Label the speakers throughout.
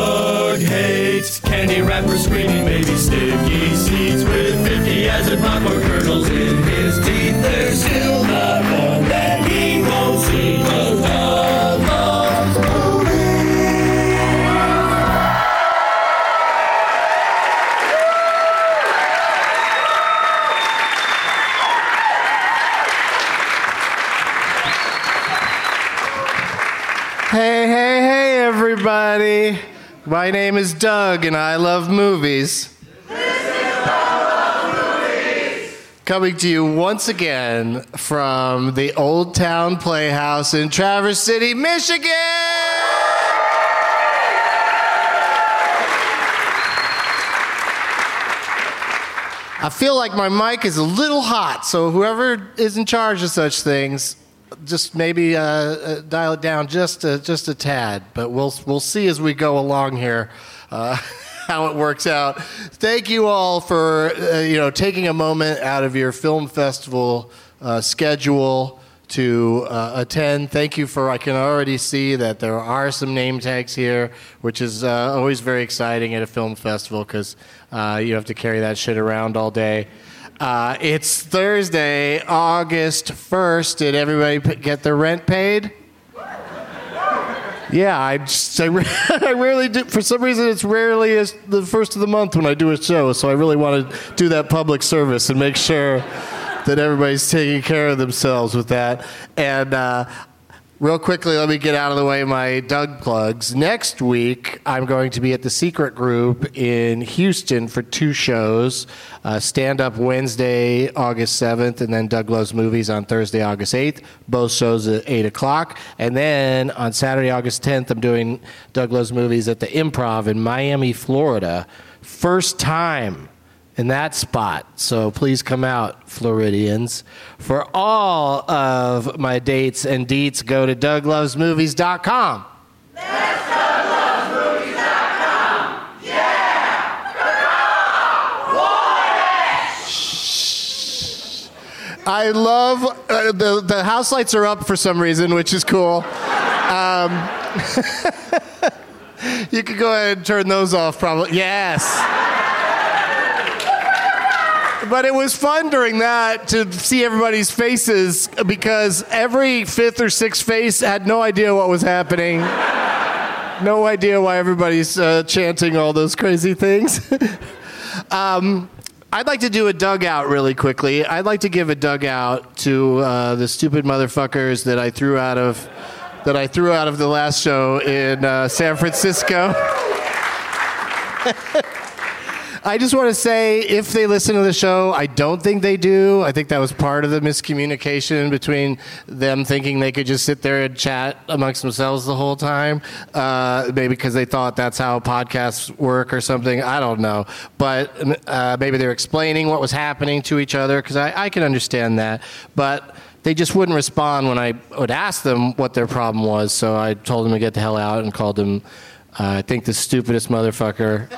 Speaker 1: Doug hates candy wrappers, screaming baby sticky seeds with 50 acid popcorn kernels in his teeth. There's still not one that he won't see. Cause Doug loves
Speaker 2: Hey, hey, hey, everybody. My name is Doug, and I love movies. Coming to you once again from the Old Town Playhouse in Traverse City, Michigan. I feel like my mic is a little hot, so whoever is in charge of such things, just maybe uh, uh, dial it down just a, just a tad. But we'll we'll see as we go along here uh, how it works out. Thank you all for uh, you know taking a moment out of your film festival uh, schedule to uh, attend. Thank you for, I can already see that there are some name tags here, which is uh, always very exciting at a film festival because uh, you have to carry that shit around all day. Uh, it's Thursday, August 1st. Did everybody p- get their rent paid? Yeah, I just, I, re- I rarely do. For some reason, it's rarely is the first of the month when I do a show, so I really want to do that public service and make sure that everybody's taking care of themselves with that. And uh, real quickly, let me get out of the way my Doug plugs. Next week, I'm going to be at the Secret Group in Houston for two shows uh, Stand Up Wednesday, August 7th, and then Doug Loves Movies on Thursday, August 8th. Both shows at 8 o'clock. And then on Saturday, August 10th, I'm doing Doug Loves Movies at the Improv in Miami, Florida. First time in that spot. So please come out, Floridians. For all of my dates and deets, go to DougLovesMovies.com. I love uh, the the house lights are up for some reason, which is cool. Um, you could go ahead and turn those off, probably. Yes but it was fun during that to see everybody's faces because every fifth or sixth face had no idea what was happening. No idea why everybody's uh, chanting all those crazy things. um, I'd like to do a dugout really quickly. I'd like to give a dugout to uh, the stupid motherfuckers that I threw out of that I threw out of the last show in uh, San Francisco. I just want to say if they listen to the show, I don't think they do. I think that was part of the miscommunication between them thinking they could just sit there and chat amongst themselves the whole time. Uh, maybe because they thought that's how podcasts work or something. I don't know. But uh, maybe they're explaining what was happening to each other because I, I can understand that. But they just wouldn't respond when I would ask them what their problem was. So I told them to get the hell out and called them, uh, I think, the stupidest motherfucker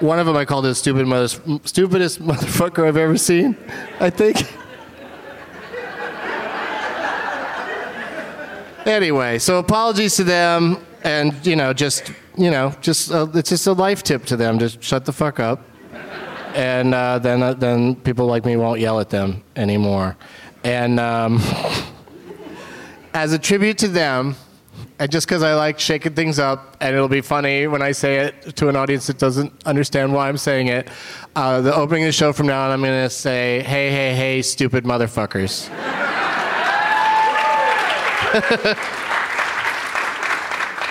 Speaker 2: one of them I called the stupid mother, stupidest motherfucker I've ever seen. I think. anyway, so apologies to them, and you know, just you know, just uh, it's just a life tip to them. Just shut the fuck up, and uh, then uh, then people like me won't yell at them anymore. And um, as a tribute to them, and just because I like shaking things up, and it'll be funny when I say it to an audience that doesn't understand why I'm saying it. Uh, the opening of the show from now on, I'm going to say, "Hey, hey, hey, stupid motherfuckers."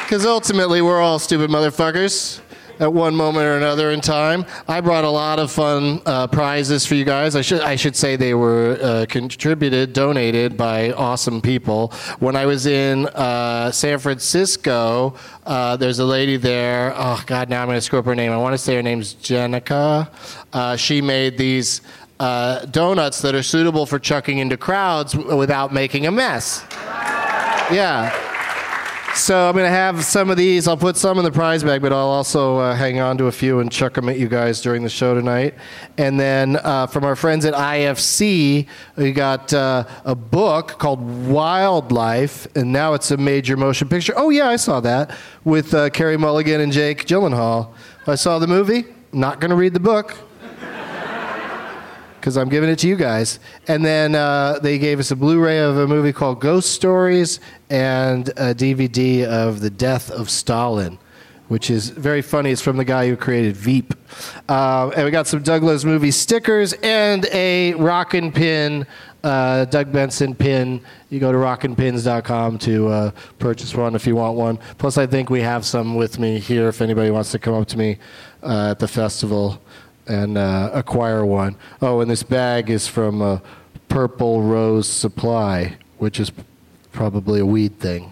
Speaker 2: Because ultimately, we're all stupid motherfuckers at one moment or another in time. I brought a lot of fun uh, prizes for you guys. I should I should say they were uh, contributed, donated by awesome people. When I was in uh, San Francisco, uh, there's a lady there. Oh God, now I'm going to screw up her name. I want to say her name's Jenica. Uh, she made these. Uh, donuts that are suitable for chucking into crowds w- without making a mess. Yeah. So I'm gonna have some of these. I'll put some in the prize bag, but I'll also uh, hang on to a few and chuck them at you guys during the show tonight. And then uh, from our friends at IFC, we got uh, a book called Wildlife, and now it's a major motion picture. Oh yeah, I saw that with uh, Carey Mulligan and Jake Gyllenhaal. I saw the movie. Not gonna read the book because I'm giving it to you guys. And then uh, they gave us a Blu-ray of a movie called Ghost Stories and a DVD of The Death of Stalin, which is very funny. It's from the guy who created Veep. Uh, and we got some Douglas movie stickers and a Rockin' Pin. Uh, Doug Benson pin. You go to rockinpins.com to uh, purchase one if you want one. Plus, I think we have some with me here if anybody wants to come up to me uh, at the festival and uh, acquire one. Oh, and this bag is from uh, Purple Rose Supply, which is probably a weed thing.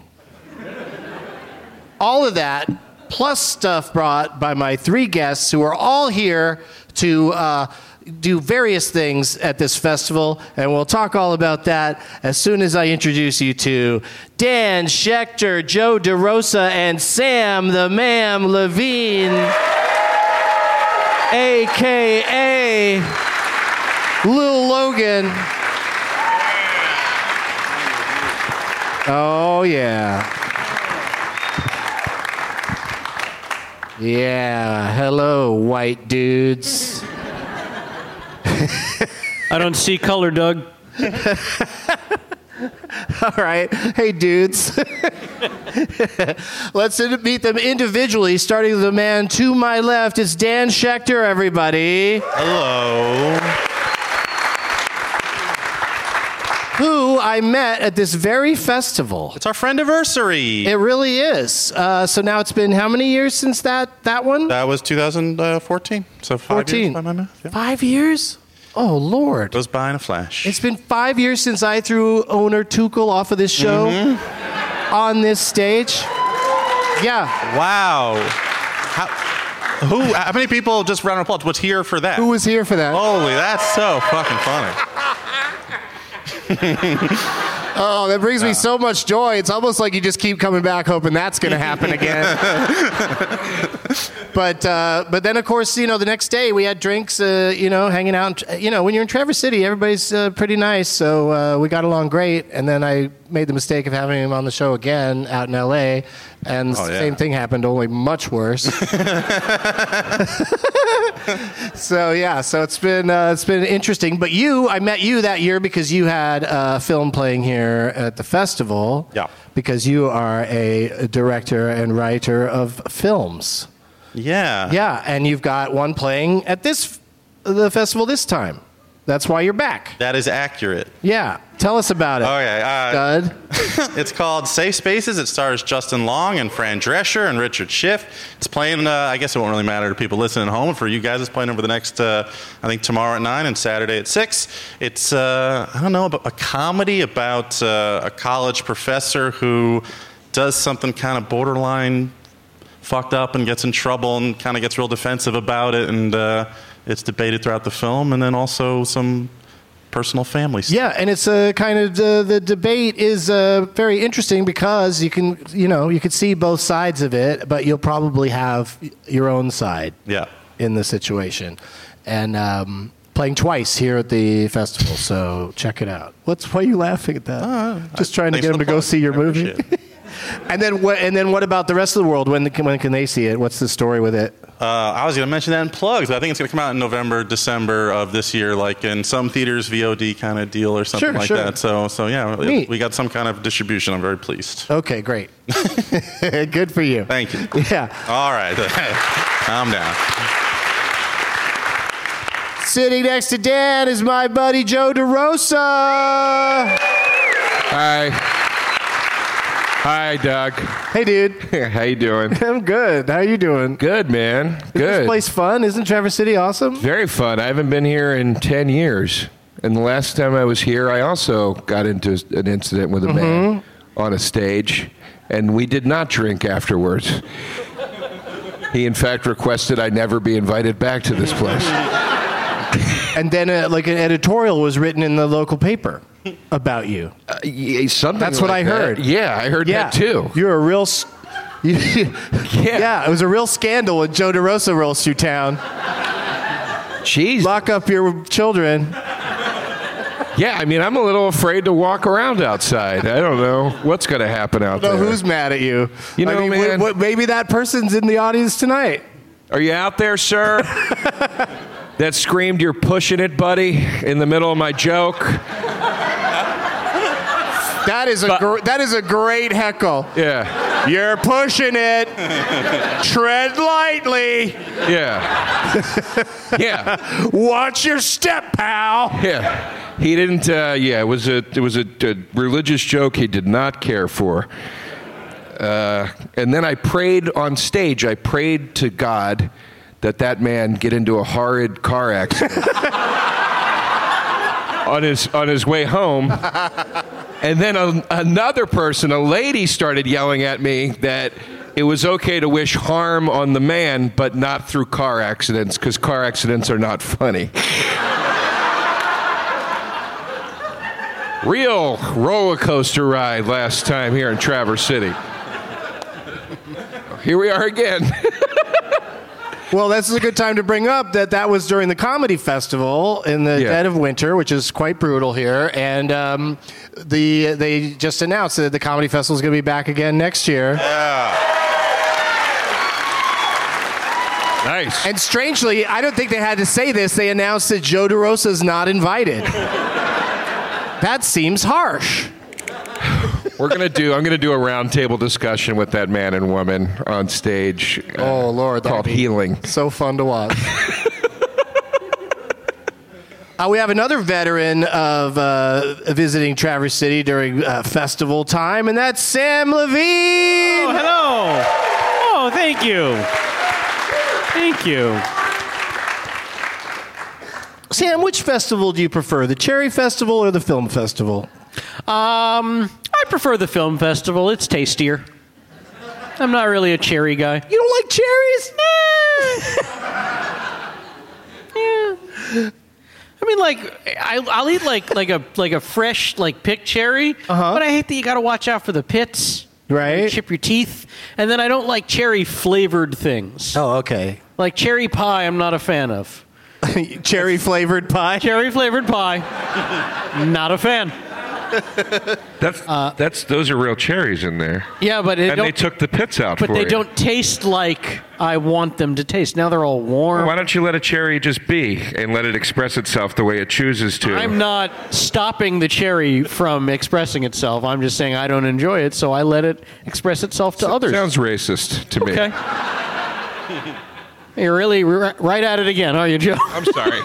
Speaker 2: all of that, plus stuff brought by my three guests who are all here to uh, do various things at this festival, and we'll talk all about that as soon as I introduce you to Dan Schechter, Joe DeRosa, and Sam the Ma'am Levine aka Lil Logan. Oh yeah. Yeah, hello white dudes.
Speaker 3: I don't see color, Doug.
Speaker 2: All right. Hey dudes. Let's in- meet them individually starting with the man to my left. It's Dan Schechter everybody.
Speaker 4: Hello.
Speaker 2: who I met at this very festival.
Speaker 4: It's our friend anniversary.
Speaker 2: It really is. Uh, so now it's been how many years since that that one?
Speaker 4: that was 2014. So five
Speaker 2: 14.
Speaker 4: years by my math. Yeah.
Speaker 2: Five years? Oh Lord!
Speaker 4: Goes by in a flash.
Speaker 2: It's been five years since I threw owner Tuchel off of this show on this stage. Yeah,
Speaker 4: wow. How, who? How many people just round of applause was here for that?
Speaker 2: who was here for that?
Speaker 4: Holy, that's so fucking funny.
Speaker 2: Oh, that brings me so much joy. It's almost like you just keep coming back hoping that's going to happen again. but uh, but then of course you know the next day we had drinks uh, you know hanging out you know when you're in Traverse City everybody's uh, pretty nice so uh, we got along great and then I made the mistake of having him on the show again out in L.A. and
Speaker 4: Oh, yeah.
Speaker 2: same thing happened only much worse. so yeah, so it's been uh, it's been interesting. But you, I met you that year because you had a film playing here at the festival.
Speaker 4: Yeah.
Speaker 2: Because you are a director and writer of films.
Speaker 4: Yeah.
Speaker 2: Yeah, and you've got one playing at this the festival this time. That's why you're back.
Speaker 4: That is accurate.
Speaker 2: Yeah, tell us about it.
Speaker 4: Okay. Uh,
Speaker 2: Dud.
Speaker 4: It's called Safe Spaces. It stars Justin Long and Fran Drescher and Richard Schiff. It's playing, uh, I guess it won't really matter to people listening at home. For you guys, it's playing over the next, uh, I think, tomorrow at 9 and Saturday at 6. It's, uh, I don't know, about a comedy about uh, a college professor who does something kind of borderline fucked up and gets in trouble and kind of gets real defensive about it. And uh, it's debated throughout the film. And then also some personal family stuff.
Speaker 2: Yeah, and it's a kind of uh, the, the debate is uh, very interesting because you can you know you can see both sides of it, but you'll probably have your own side
Speaker 4: Yeah.
Speaker 2: in the situation, and um, playing twice here at the festival. So check it out. What's why are you laughing at that? Just trying to
Speaker 4: Thanks
Speaker 2: get
Speaker 4: for
Speaker 2: them to
Speaker 4: the
Speaker 2: go
Speaker 4: plug.
Speaker 2: see your
Speaker 4: Uh, I
Speaker 2: movie.
Speaker 4: appreciate it.
Speaker 2: and then what? And then what about the rest of the world? When can, when can they see it? What's the story with it?
Speaker 4: Uh, I was going to mention that in plugs. I think it's going to come out in November, December of this year, like in some theaters, VOD kind of deal or something
Speaker 2: Sure,
Speaker 4: like
Speaker 2: sure.
Speaker 4: that. So, so yeah, we-
Speaker 2: Neat.
Speaker 4: we got some kind of distribution. I'm very pleased.
Speaker 2: Okay, great. Good for you.
Speaker 4: Thank you.
Speaker 2: Yeah.
Speaker 4: All right, calm down.
Speaker 2: Sitting next to Dan is my buddy Joe DeRosa.
Speaker 5: Hi. Hi, Doug.
Speaker 2: Hey, dude.
Speaker 5: How you doing?
Speaker 2: I'm good. How you doing?
Speaker 5: Good, man.
Speaker 2: This
Speaker 5: Good.
Speaker 2: place fun, isn't Traverse City awesome?
Speaker 5: Very fun. I haven't been here in 10 years. And the last time I was here, I also got into an incident with a man on a stage, and we did not drink afterwards. He, in fact, requested I never be invited back to this place.
Speaker 2: uh, And then, uh, like, an editorial was written in the local paper. about you.
Speaker 5: Yeah, something
Speaker 2: That's what
Speaker 5: like
Speaker 2: I
Speaker 5: that.
Speaker 2: heard.
Speaker 5: Yeah, I heard
Speaker 2: yeah,
Speaker 5: Uh, that too.
Speaker 2: You're a real. s- yeah. it was a real scandal when Joe DeRosa rolls through town.
Speaker 5: Jeez.
Speaker 2: Lock up your children.
Speaker 5: Yeah, I mean, I'm a little afraid to walk around outside. I don't know what's going to happen out
Speaker 2: Know
Speaker 5: there.
Speaker 2: who's mad at you?
Speaker 5: You know,
Speaker 2: I mean,
Speaker 5: man.
Speaker 2: what- maybe that person's in the audience tonight.
Speaker 5: Are you out there, sir? that screamed, "You're pushing it, buddy!" in the middle of my joke.
Speaker 2: That is a
Speaker 5: But-
Speaker 2: gr- that is a great heckle.
Speaker 5: Yeah,
Speaker 2: You're pushing it. Tread lightly.
Speaker 5: yeah, yeah,
Speaker 2: Watch your step, pal.
Speaker 5: yeah. He didn't. Uh, yeah, it was a it was a, a religious joke he did not care for. Uh, and then I prayed on stage. I prayed to God that that man get into a horrid car accident on his on his way home. And then a, another person, a lady, started yelling at me that it was okay to wish harm on the man, but not through car accidents, because car accidents are not funny. Real roller coaster ride last time here in Traverse City. Here we are again.
Speaker 2: Well, this is a good time to bring up that that was during the comedy festival in the
Speaker 5: Yeah.
Speaker 2: dead of winter, which is quite brutal here. And um, the they just announced that the comedy festival is going to be back again next year.
Speaker 5: nice.
Speaker 2: And strangely, I don't think they had to say this. They announced that Joe DeRosa is not invited. that seems harsh.
Speaker 5: We're gonna do. I'm gonna do a roundtable discussion with that man and woman on stage. uh,
Speaker 2: Oh, Lord, that'd
Speaker 5: called
Speaker 2: be-
Speaker 5: healing.
Speaker 2: So fun to watch. Uh, we have another veteran of uh, visiting Traverse City during uh, festival time, and that's Sam Levine.
Speaker 3: Oh, hello. Oh, thank you. Thank you.
Speaker 2: Sam, which festival do you prefer, the Cherry Festival or the Film Festival?
Speaker 3: Um, I prefer the film festival. It's tastier. I'm not really a cherry guy.
Speaker 2: You don't like cherries?
Speaker 3: I mean, like I, I'll eat like like a like a fresh like picked cherry,
Speaker 2: Uh-huh.
Speaker 3: but I hate that you got to watch out for the pits.
Speaker 2: Right.
Speaker 3: They chip your teeth, and then I don't like cherry flavored things.
Speaker 2: Oh, okay.
Speaker 3: Like cherry pie, I'm not a fan of.
Speaker 2: Cherry flavored pie.
Speaker 3: Cherry flavored pie, not a fan.
Speaker 5: That's that's those are real cherries in there.
Speaker 3: Yeah, but it
Speaker 5: and
Speaker 3: Uh, don't,
Speaker 5: they took the pits out
Speaker 3: but
Speaker 5: for
Speaker 3: they
Speaker 5: you.
Speaker 3: don't taste like I want them to taste. Now they're all warm.
Speaker 5: Why don't you let a cherry just be and let it express itself the way it chooses to?
Speaker 3: I'm not stopping the cherry from expressing itself. I'm just saying I don't enjoy it, so I let it express itself to others.
Speaker 5: Sounds racist to me.
Speaker 3: Okay. You're really ri- right at it again, are you, Joe?
Speaker 5: I'm sorry.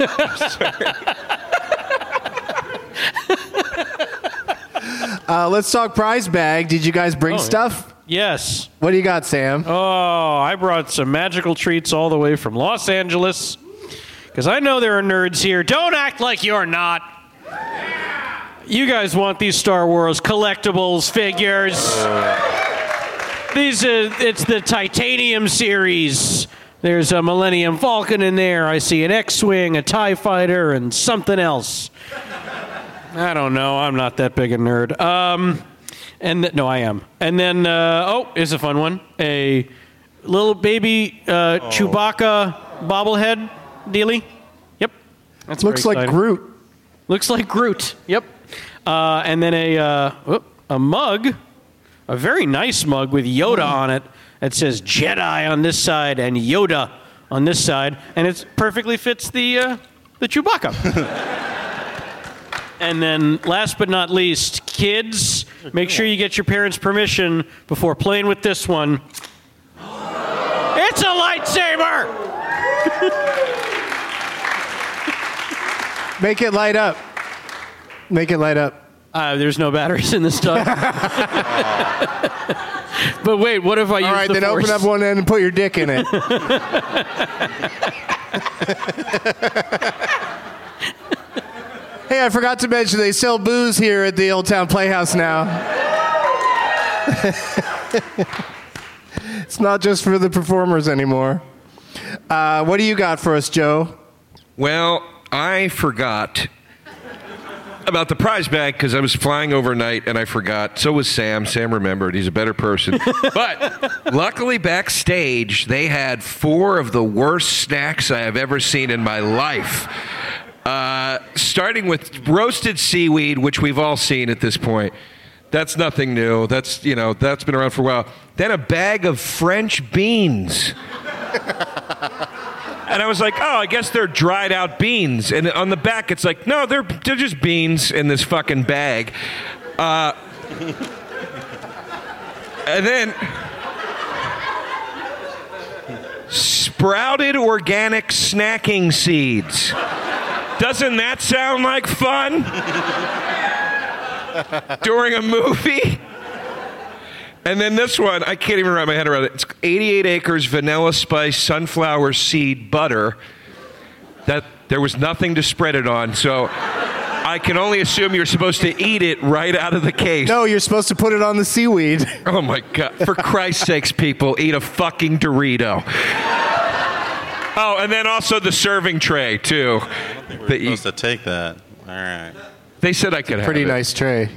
Speaker 2: Uh, let's talk prize bag. Did you guys bring stuff?
Speaker 6: Yes.
Speaker 2: What do you got, Sam?
Speaker 6: Oh, I brought some magical treats all the way from Los Angeles. Because I know there are nerds here. Don't act like you're not. You guys want these Star Wars collectibles, figures. These are, it's the Titanium series. There's a Millennium Falcon in there. I see an X Wing, a TIE fighter, and something else. I don't know. I'm not that big a nerd. Um, and th- no, I am. And then uh, oh, is a fun one. A little baby uh, Chewbacca bobblehead dealy. Yep, that's
Speaker 2: Looks
Speaker 6: very
Speaker 2: like
Speaker 6: exciting.
Speaker 2: Groot.
Speaker 6: Looks like Groot. Yep. Uh, and then a uh, whoop, a mug, a very nice mug with Yoda on it that says Jedi on this side and Yoda on this side, and it perfectly fits the uh, the Chewbacca. and then, last but not least, kids, make sure you get your parents' permission before playing with this one. It's a lightsaber.
Speaker 2: Make it light up. Make it light up.
Speaker 6: Uh, there's no batteries in this stuff. but wait, what if I use
Speaker 2: All right,
Speaker 6: the
Speaker 2: then open
Speaker 6: Force?
Speaker 2: up one end and put your dick in it. hey, I forgot to mention they sell booze here at the Old Town Playhouse now. it's not just for the performers anymore. Uh, what do you got for us, Joe?
Speaker 5: well, I forgot about the prize bag because I was flying overnight and I forgot. So was Sam. Sam remembered. He's a better person. but luckily, backstage, they had four of the worst snacks I have ever seen in my life. Uh, starting with roasted seaweed, which we've all seen at this point. That's nothing new. That's, you know, that's been around for a while. Then a bag of French beans. And I was like, oh, I guess they're dried out beans. And on the back, it's like, no, they're, they're just beans in this fucking bag. Uh, and then sprouted organic snacking seeds. Doesn't that sound like fun? During a movie? And then this one, I can't even wrap my head around it. It's 88 acres vanilla spice sunflower seed butter. That there was nothing to spread it on, so I can only assume you're supposed to eat it right out of the case.
Speaker 2: No, you're supposed to put it on the seaweed.
Speaker 5: Oh my god! For Christ's sakes, people, eat a fucking Dorito. Oh, and then also the serving tray too. That you-
Speaker 4: supposed to take that. All right.
Speaker 5: they said I could have
Speaker 2: Pretty
Speaker 5: it.
Speaker 2: nice tray.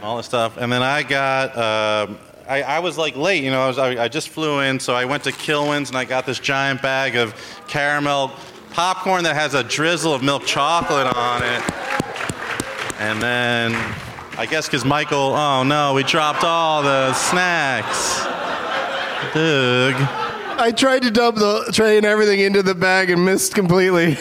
Speaker 4: all the stuff. And then I got, um I, I was like late, you know, I, was, I, I just flew in, so I went to Kilwins and I got this giant bag of caramel popcorn that has a drizzle of milk chocolate on it. And then I guess because Michael, oh no, we dropped all the snacks. Doug.
Speaker 2: I tried to dump the tray and everything into the bag and missed completely.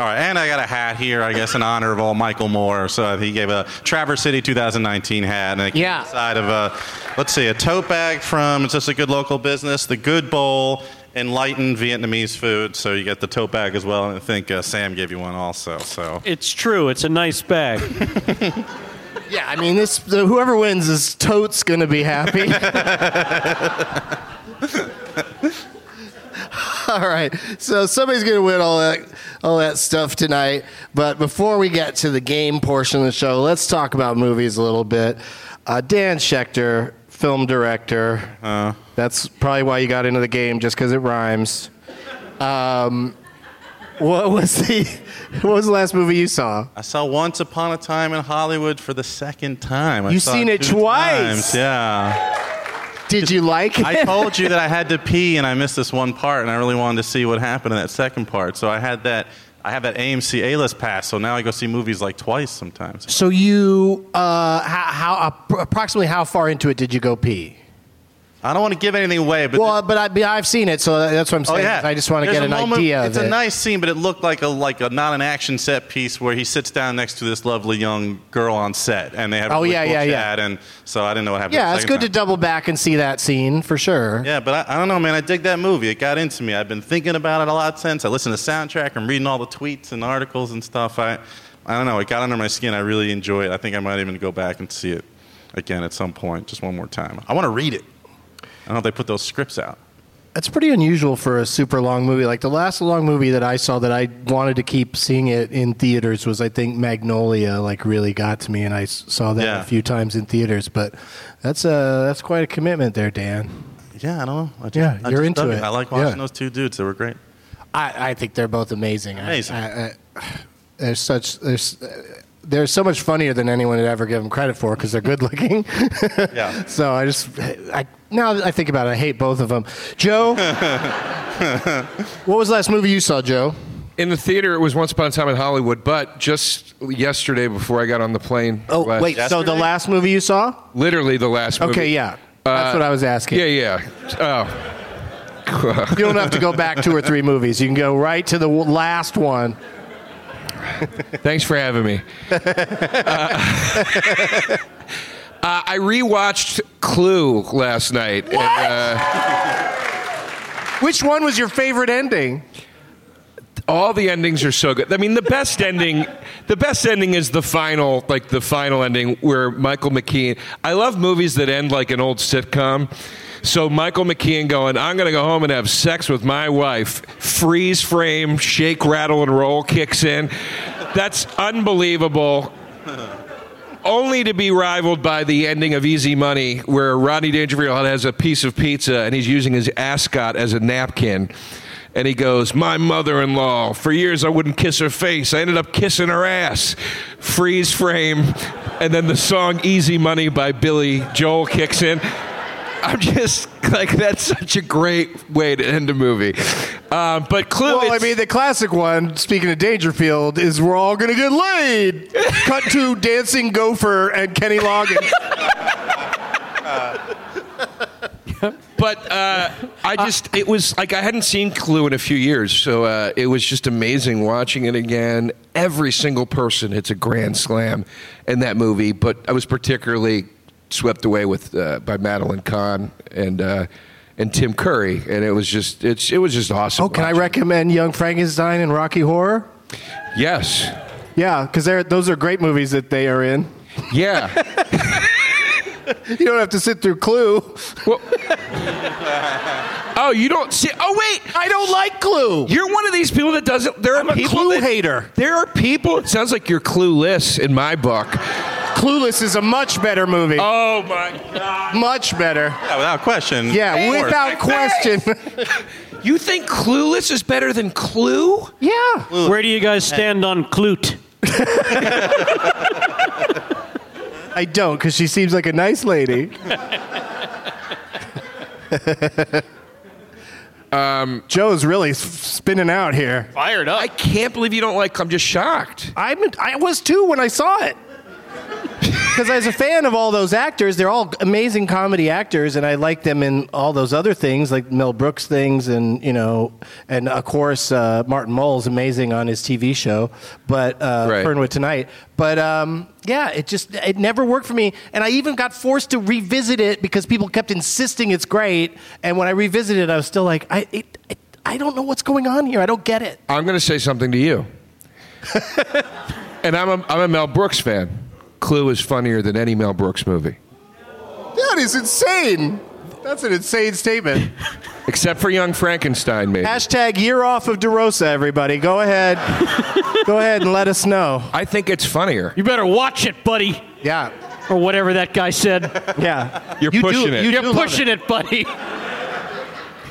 Speaker 4: All right, and I got a hat here, I guess, in honor of old Michael Moore. So he gave a Traverse City 2019 hat, and it came
Speaker 3: Yeah.
Speaker 4: inside of a, let's see, a tote bag from it's just a good local business, the Good Bowl, enlightened Vietnamese food. So you get the tote bag as well, and I think uh, Sam gave you one also. So
Speaker 6: It's true. It's a nice bag.
Speaker 2: Yeah, I mean, this the, whoever wins is totes gonna be happy. all right, so somebody's gonna win all that all that stuff tonight. But before we get to the game portion of the show, let's talk about movies a little bit. Uh, Dan Schechter, film director.
Speaker 4: Uh-huh. uh,
Speaker 2: That's probably why you got into the game, just because it rhymes. Um, what was the what was the last movie you saw?
Speaker 4: I saw Once Upon a Time in Hollywood for the second time. I
Speaker 2: You've
Speaker 4: saw
Speaker 2: seen it
Speaker 4: two
Speaker 2: twice.
Speaker 4: times, Yeah.
Speaker 2: Did you like it?
Speaker 4: I told you that I had to pee and I missed this one part, and I really wanted to see what happened in that second part. So I had that. I have that AMC A-list pass, so now I go see movies like twice sometimes.
Speaker 2: So you, uh, how, how appro- approximately how far into it did you go pee?
Speaker 4: I don't want to give anything away, but
Speaker 2: Well, but I, but I've seen it, so that's what I'm
Speaker 4: oh
Speaker 2: saying.
Speaker 4: yeah,
Speaker 2: is I just want to
Speaker 4: There's
Speaker 2: get
Speaker 4: a
Speaker 2: an
Speaker 4: moment-
Speaker 2: idea.
Speaker 4: It's
Speaker 2: of
Speaker 4: a
Speaker 2: it.
Speaker 4: nice scene, but it looked like a like a not an action set piece where he sits down next to this lovely young girl on set, and they have a
Speaker 2: Oh,
Speaker 4: really
Speaker 2: yeah,
Speaker 4: cool
Speaker 2: yeah, yeah.
Speaker 4: chat, and so I didn't know what happened.
Speaker 2: Yeah,
Speaker 4: the
Speaker 2: it's
Speaker 4: second
Speaker 2: good to
Speaker 4: time.
Speaker 2: double back and see that scene for sure.
Speaker 4: Yeah, but I, I don't know, man. I dig that movie. It got into me. I've been thinking about it a lot since. I listen to soundtrack. I'm reading all the tweets and articles and stuff. I, I don't know. It got under my skin. I really enjoy it. I think I might even go back and see it again at some point, just one more time. I want to read it. I don't know if they put those scripts out.
Speaker 2: It's pretty unusual for a super long movie. Like the last long movie that I saw that I wanted to keep seeing it in theaters was I think Magnolia. Like really got to me, and I s- saw that
Speaker 4: Yeah.
Speaker 2: a few times in theaters. But that's a that's quite a commitment there, Dan.
Speaker 4: Yeah, I don't know. I just,
Speaker 2: Yeah,
Speaker 4: I
Speaker 2: you're
Speaker 4: just
Speaker 2: into
Speaker 4: dug
Speaker 2: it.
Speaker 4: I like watching
Speaker 2: Yeah.
Speaker 4: those two dudes. They were great.
Speaker 2: I, I think they're both amazing. I-
Speaker 4: Amazing.
Speaker 2: I, I, they're such they're, s- they're so much funnier than anyone would ever give them credit for because they're good looking.
Speaker 4: Yeah.
Speaker 2: so I just I now that I think about it, I hate both of them. Joe, what was the last movie you saw, Joe?
Speaker 5: In the theater, it was Once Upon a Time in Hollywood, but just yesterday before I got on the plane.
Speaker 2: Oh
Speaker 5: last-
Speaker 2: wait, so the last movie you saw?
Speaker 5: literally the last. Movie.
Speaker 2: Okay, yeah, that's
Speaker 5: Uh,
Speaker 2: what I was asking.
Speaker 5: Yeah, yeah. Oh,
Speaker 2: You don't have to go back two or three movies. You can go right to the w- last one.
Speaker 5: thanks for having me. uh, uh, I rewatched Clue last night. and, uh,
Speaker 2: Which one was your favorite ending?
Speaker 5: all the endings are so good. I mean, the best ending, the best ending is the final, like the final ending where Michael McKean. I love movies that end like an old sitcom. So Michael McKean going, I'm going to go home and have sex with my wife. Freeze frame, shake, rattle, and roll kicks in. That's unbelievable. Only to be rivaled by the ending of Easy Money, where Rodney Dangerfield has a piece of pizza and he's using his ascot as a napkin. and he goes, My mother in law, for years I wouldn't kiss her face. I ended up kissing her ass. Freeze frame. And then the song Easy Money by Billy Joel kicks in. I'm just like, that's such a great way to end a movie. Um, but clearly.
Speaker 2: Well, I mean, the classic one, speaking of Dangerfield, is we're all going to get laid. Cut to Dancing Gopher and Kenny Loggins.
Speaker 5: But uh, I just, it was like I hadn't seen Clue in a few years, so uh, it was just amazing watching it again. Every single person hits a grand slam in that movie, but I was particularly swept away with uh, by Madeline Kahn and uh, and Tim Curry, and it was just it's it was just awesome.
Speaker 2: oh, can I
Speaker 5: watching.
Speaker 2: recommend Young Frankenstein and Rocky Horror?
Speaker 5: Yes,
Speaker 2: Yeah, because those are great movies that they are in.
Speaker 5: yeah.
Speaker 2: You don't have to sit through Clue.
Speaker 5: well, oh, you don't see? Oh, wait.
Speaker 2: I don't like Clue.
Speaker 5: You're one of these people that doesn't. There are
Speaker 2: I'm a
Speaker 5: people
Speaker 2: Clue
Speaker 5: that-
Speaker 2: hater.
Speaker 5: There are people. It sounds like you're clueless in my book.
Speaker 2: Clueless is a much better movie.
Speaker 5: Oh my god.
Speaker 2: much better.
Speaker 4: Yeah, without question.
Speaker 2: Yeah,
Speaker 4: Of course.
Speaker 2: without question.
Speaker 5: You think Clueless is better than Clue?
Speaker 2: yeah.
Speaker 6: Where do you guys stand on Clute?
Speaker 2: I don't, because she seems like a nice lady. Um, Joe's really s- spinning out here.
Speaker 6: Fired up.
Speaker 5: I can't believe you don't like. I'm just shocked.
Speaker 2: I'm, I was too when I saw it. Because as a fan of all those actors, they're all amazing comedy actors, and I like them in all those other things, like Mel Brooks things, and you know, and of course uh, Martin Mull's amazing on his TV show, but uh,
Speaker 5: Right.
Speaker 2: Fernwood Tonight. But um, yeah, it just it never worked for me, and I even got forced to revisit it because people kept insisting it's great, and when I revisited, I was still like, I it, it, I don't know what's going on here. I don't get it.
Speaker 5: I'm going to say something to you. and I'm a, I'm a Mel Brooks fan. Clue is funnier than any Mel Brooks movie,
Speaker 2: That is insane. That's an insane statement.
Speaker 5: except for Young Frankenstein, maybe.
Speaker 2: Hashtag year off of DeRosa, everybody. Go ahead. Go ahead and let us know.
Speaker 5: I think it's funnier.
Speaker 6: You better watch it, buddy.
Speaker 2: Yeah.
Speaker 6: Or whatever that guy said.
Speaker 2: Yeah.
Speaker 5: You're
Speaker 2: You do-
Speaker 5: pushing it.
Speaker 2: you
Speaker 6: You're
Speaker 2: do love
Speaker 6: pushing it, buddy.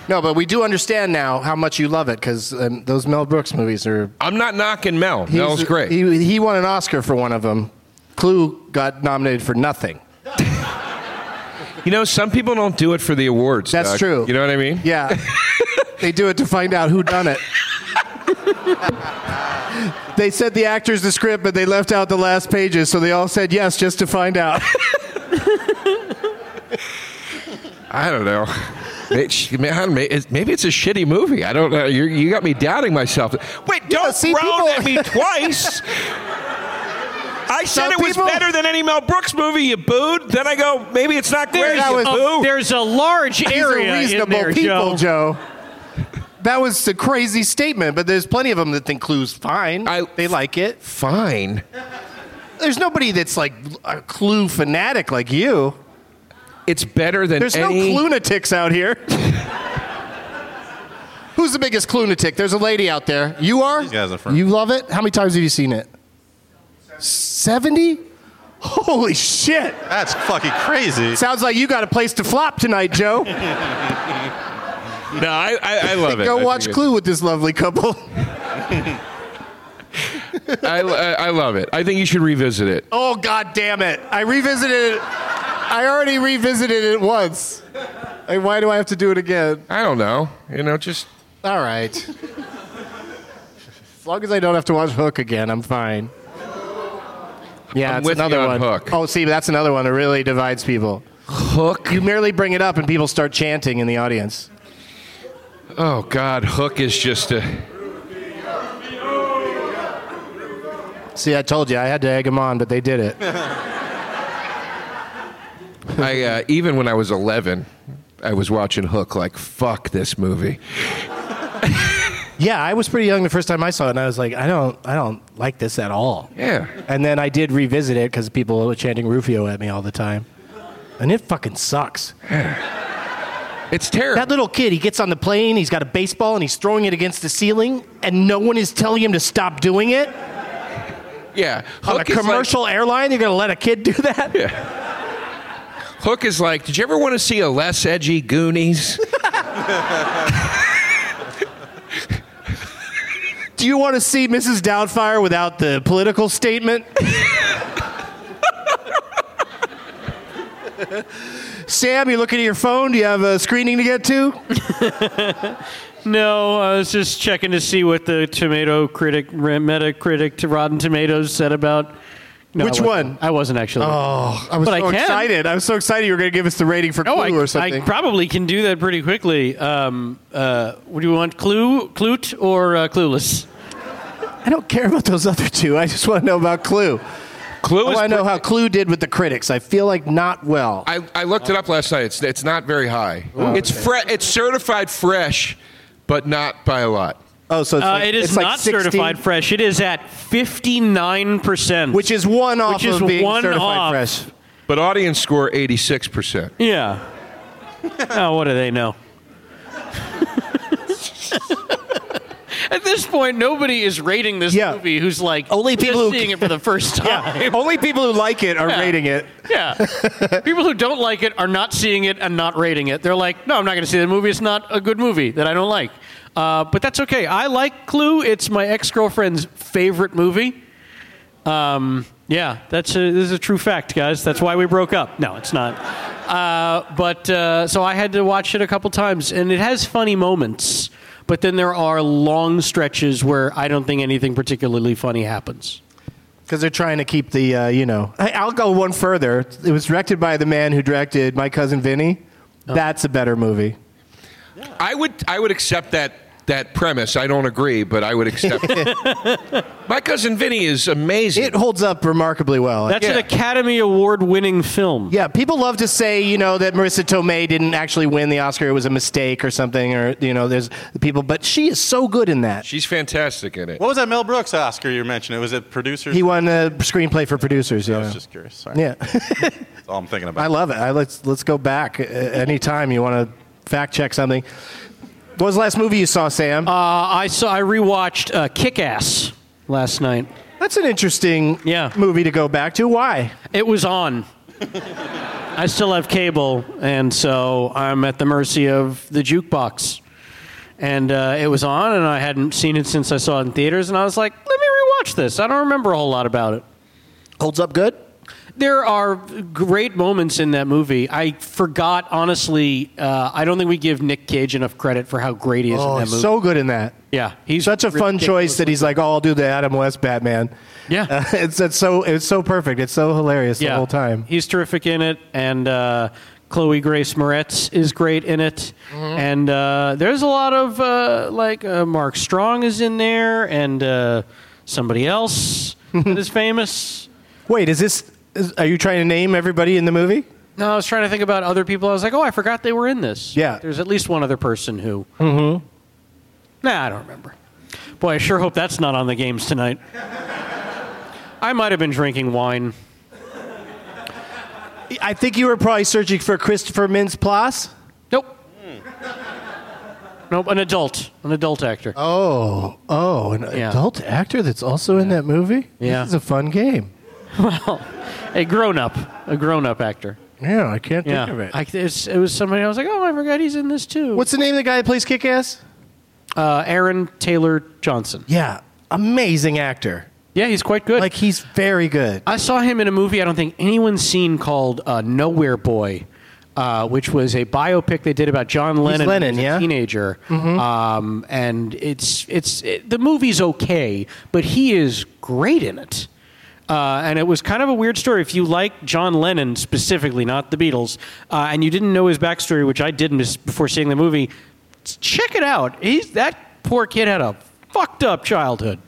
Speaker 2: No, but we do understand now how much you love it because um, those Mel Brooks movies are.
Speaker 5: I'm not knocking Mel.
Speaker 2: he's-
Speaker 5: Mel's great.
Speaker 2: He, he won an Oscar for one of them. Clue got nominated for nothing.
Speaker 5: you know, some people don't do it for the awards.
Speaker 2: That's
Speaker 5: Doug.
Speaker 2: true.
Speaker 5: You know what I mean?
Speaker 2: Yeah. they do it to find out who done it. they said the actors the script, but they left out the last pages, so they all said yes just to find out.
Speaker 5: I don't know. May- sh- may- I don't- may- it's- Maybe it's a shitty movie. I don't know. you you got me doubting myself. Wait, don't
Speaker 2: see,
Speaker 5: frown
Speaker 2: people-
Speaker 5: at me twice. I said
Speaker 2: Some
Speaker 5: it was
Speaker 2: people-
Speaker 5: better than any Mel Brooks movie. You booed. Then I go, maybe it's not great.
Speaker 2: That
Speaker 5: you
Speaker 2: was-
Speaker 5: boo.
Speaker 6: Um, There's a large
Speaker 2: These are
Speaker 6: area in
Speaker 2: reasonable
Speaker 6: there,
Speaker 2: people, Joe.
Speaker 6: Joe.
Speaker 2: That was a crazy statement, but there's plenty of them that think Clue's fine.
Speaker 5: I-
Speaker 2: they like it.
Speaker 5: Fine.
Speaker 2: There's nobody that's like a Clue fanatic like you.
Speaker 5: It's better than
Speaker 2: There's
Speaker 5: any.
Speaker 2: no Cluenatics out here. Who's the biggest Cluenatic? There's a lady out there. You are?
Speaker 4: guys are firm.
Speaker 2: You love it? How many times have you seen it? 70? Holy shit.
Speaker 4: That's fucking crazy.
Speaker 2: Sounds like you got a place to flop tonight, Joe.
Speaker 5: No, I, I, I love it. I
Speaker 2: Go
Speaker 5: think
Speaker 2: watch
Speaker 5: it's-
Speaker 2: Clue with this lovely couple.
Speaker 5: I, I, I love it. I think you should revisit it.
Speaker 2: Oh god damn it. I revisited it. I already revisited it once. Like, why do I have to do it again?
Speaker 5: I don't know. You know, just
Speaker 2: All right. As long as I don't have to watch Hook again, I'm fine. Yeah,
Speaker 5: I'm
Speaker 2: that's
Speaker 5: with you
Speaker 2: another
Speaker 5: on
Speaker 2: one.
Speaker 5: Hook.
Speaker 2: Oh, see, that's another one that really divides people.
Speaker 5: Hook.
Speaker 2: You merely bring it up and people start chanting in the audience.
Speaker 5: Oh God, Hook is just a.
Speaker 2: See, I told you I had to egg them on, but they did it.
Speaker 5: I uh, even when I was 11, I was watching Hook. Like fuck this movie.
Speaker 2: Yeah, I was pretty young the first time I saw it, and I was like, I don't, I don't like this at all.
Speaker 5: Yeah.
Speaker 2: And then I did revisit it because people were chanting Rufio at me all the time, and it fucking sucks.
Speaker 5: It's terrible.
Speaker 2: That little kid, he gets on the plane, he's got a baseball, and he's throwing it against the ceiling, and no one is telling him to stop doing it.
Speaker 5: yeah.
Speaker 2: On a
Speaker 5: is like-
Speaker 2: commercial airline, you're gonna let a kid do that?
Speaker 5: Hook is like, did you ever want to see a less edgy Goonies?
Speaker 2: Do you want to see Mrs. Doubtfire without the political statement? Sam, you looking at your phone? Do you have a screening to get to?
Speaker 6: No, I was just checking to see what the tomato critic, Metacritic to Rotten Tomatoes said about. No, I
Speaker 2: Which
Speaker 6: wasn't.
Speaker 2: one?
Speaker 6: I wasn't actually.
Speaker 2: Oh, I was
Speaker 6: But I
Speaker 2: so
Speaker 6: can.
Speaker 2: excited. I was so excited you were going to give us the rating for Clue
Speaker 6: Oh, I,
Speaker 2: or something.
Speaker 6: I probably can do that pretty quickly. Um, uh, do you want clue, clute, or uh, clueless?
Speaker 2: I don't care about those other two. I just want to know about Clue.
Speaker 5: Clue
Speaker 2: Oh, I
Speaker 5: is
Speaker 2: want to know how Clue did with the critics. I feel like not well.
Speaker 5: I, I looked it up last night. It's, it's not very high.
Speaker 2: Oh.
Speaker 5: it's fre- It's certified fresh, but not by a lot.
Speaker 2: Oh, so it's
Speaker 6: Uh,
Speaker 2: like,
Speaker 6: it is
Speaker 2: it's like
Speaker 6: not
Speaker 2: 16,
Speaker 6: certified fresh. It is at fifty nine percent,
Speaker 2: which is one off
Speaker 6: is
Speaker 2: of being
Speaker 6: one
Speaker 2: certified
Speaker 6: off.
Speaker 2: fresh.
Speaker 5: But audience score eighty six percent.
Speaker 6: yeah. oh, what do they know? At this point, nobody is rating this
Speaker 2: Yeah.
Speaker 6: movie. Who's like
Speaker 2: Only
Speaker 6: just
Speaker 2: people who-
Speaker 6: seeing it for the first time.
Speaker 2: Yeah, only people who like it are
Speaker 6: Yeah.
Speaker 2: rating it.
Speaker 6: Yeah. People who don't like it are not seeing it and not rating it. They're like, no, I'm not going to see the movie. It's not a good movie that I don't like. Uh, but that's okay. I like Clue. It's my ex girlfriend's favorite movie. Um, yeah, that's a, this is a true fact, guys. That's why we broke up. No, it's not. Uh, but uh, so I had to watch it a couple times, and it has funny moments. But then there are long stretches where I don't think anything particularly funny happens.
Speaker 2: Because they're trying to keep the, uh, you know. I, I'll go one further. It was directed by the man who directed My Cousin Vinny.
Speaker 6: Oh.
Speaker 2: That's a better movie.
Speaker 5: I would I would accept that that premise. I don't agree, but I would accept. it. My cousin Vinny is amazing.
Speaker 2: It holds up remarkably well.
Speaker 6: That's an
Speaker 5: Yeah.
Speaker 6: Academy Award winning film.
Speaker 2: yeah, people love to say, you know, that Marissa Tomei didn't actually win the Oscar. It was a mistake or something, or, you know, there's people, but she is so good in that.
Speaker 5: She's fantastic in it.
Speaker 4: What was that Mel Brooks Oscar you mentioned? It was it producers.
Speaker 2: He won a screenplay for producers,
Speaker 4: I
Speaker 2: yeah.
Speaker 4: was just curious. Sorry.
Speaker 2: Yeah,
Speaker 4: That's all I'm thinking about.
Speaker 2: I love it. I, let's, let's go back uh, anytime you want to fact check something. What was the last movie you saw, Sam?
Speaker 6: Uh, I saw. I rewatched uh, Kick Ass last night.
Speaker 2: That's an interesting
Speaker 6: Yeah.
Speaker 2: movie to go back to. Why?
Speaker 6: It was on. I still have cable, and so I'm at the mercy of the jukebox. And uh, it was on, and I hadn't seen it since I saw it in theaters. And I was like, "Let me rewatch this." I don't remember a whole lot about it.
Speaker 2: Holds up good?
Speaker 6: There are great moments in that movie. I forgot, honestly. Uh, I don't think we give Nick Cage enough credit for how great he is
Speaker 2: Oh,
Speaker 6: in that movie.
Speaker 2: so good in that.
Speaker 6: yeah, he's
Speaker 2: Such a fun choice that he's like, "Oh, I'll do the Adam West Batman."
Speaker 6: Yeah.
Speaker 2: Uh, it's, it's so it's so perfect. It's so hilarious the whole time.
Speaker 6: He's terrific in it, and uh, Chloe Grace Moretz is great in it. And uh, there's a lot of uh, like uh, Mark Strong is in there, and uh, somebody else that is famous.
Speaker 2: Wait, is this? Is, are you trying to name everybody in the movie?
Speaker 6: No, I was trying to think about other people. I was like, oh, I forgot they were in this.
Speaker 2: Yeah.
Speaker 6: there's at least one other person who. Mm-hmm. Nah, I don't remember. Boy, I sure hope that's not on the games tonight. I might have been drinking wine.
Speaker 2: I think you were probably searching for Christopher Mintz-Plasse.
Speaker 6: Nope. Nope, an adult, an adult actor.
Speaker 2: Oh, oh, an
Speaker 6: Yeah.
Speaker 2: adult actor that's also in that movie.
Speaker 6: Yeah.
Speaker 2: This is a fun game. Oh.
Speaker 6: A grown up, a grown up actor.
Speaker 2: Yeah, I can't
Speaker 6: Yeah,
Speaker 2: think of it.
Speaker 6: I, it's, it was somebody I was like, oh, I forgot he's in this too.
Speaker 2: What's the name of the guy that plays Kick-Ass?
Speaker 6: uh, Aaron Taylor Johnson?
Speaker 2: Yeah, amazing actor.
Speaker 6: Yeah, he's quite good.
Speaker 2: Like he's very good.
Speaker 6: I saw him in a movie I don't think anyone's seen called uh, Nowhere Boy, uh, which was a biopic they did about John Lennon, when
Speaker 2: Lennon,
Speaker 6: he was
Speaker 2: yeah? Mm-hmm.
Speaker 6: a teenager. Um, and it's it's it, the movie's okay, but he is great in it. Uh, and it was kind of a weird story. If you like John Lennon specifically, not the Beatles, uh, and you didn't know his backstory, which I didn't bes- before seeing the movie, check it out. He's that poor kid had a fucked up childhood.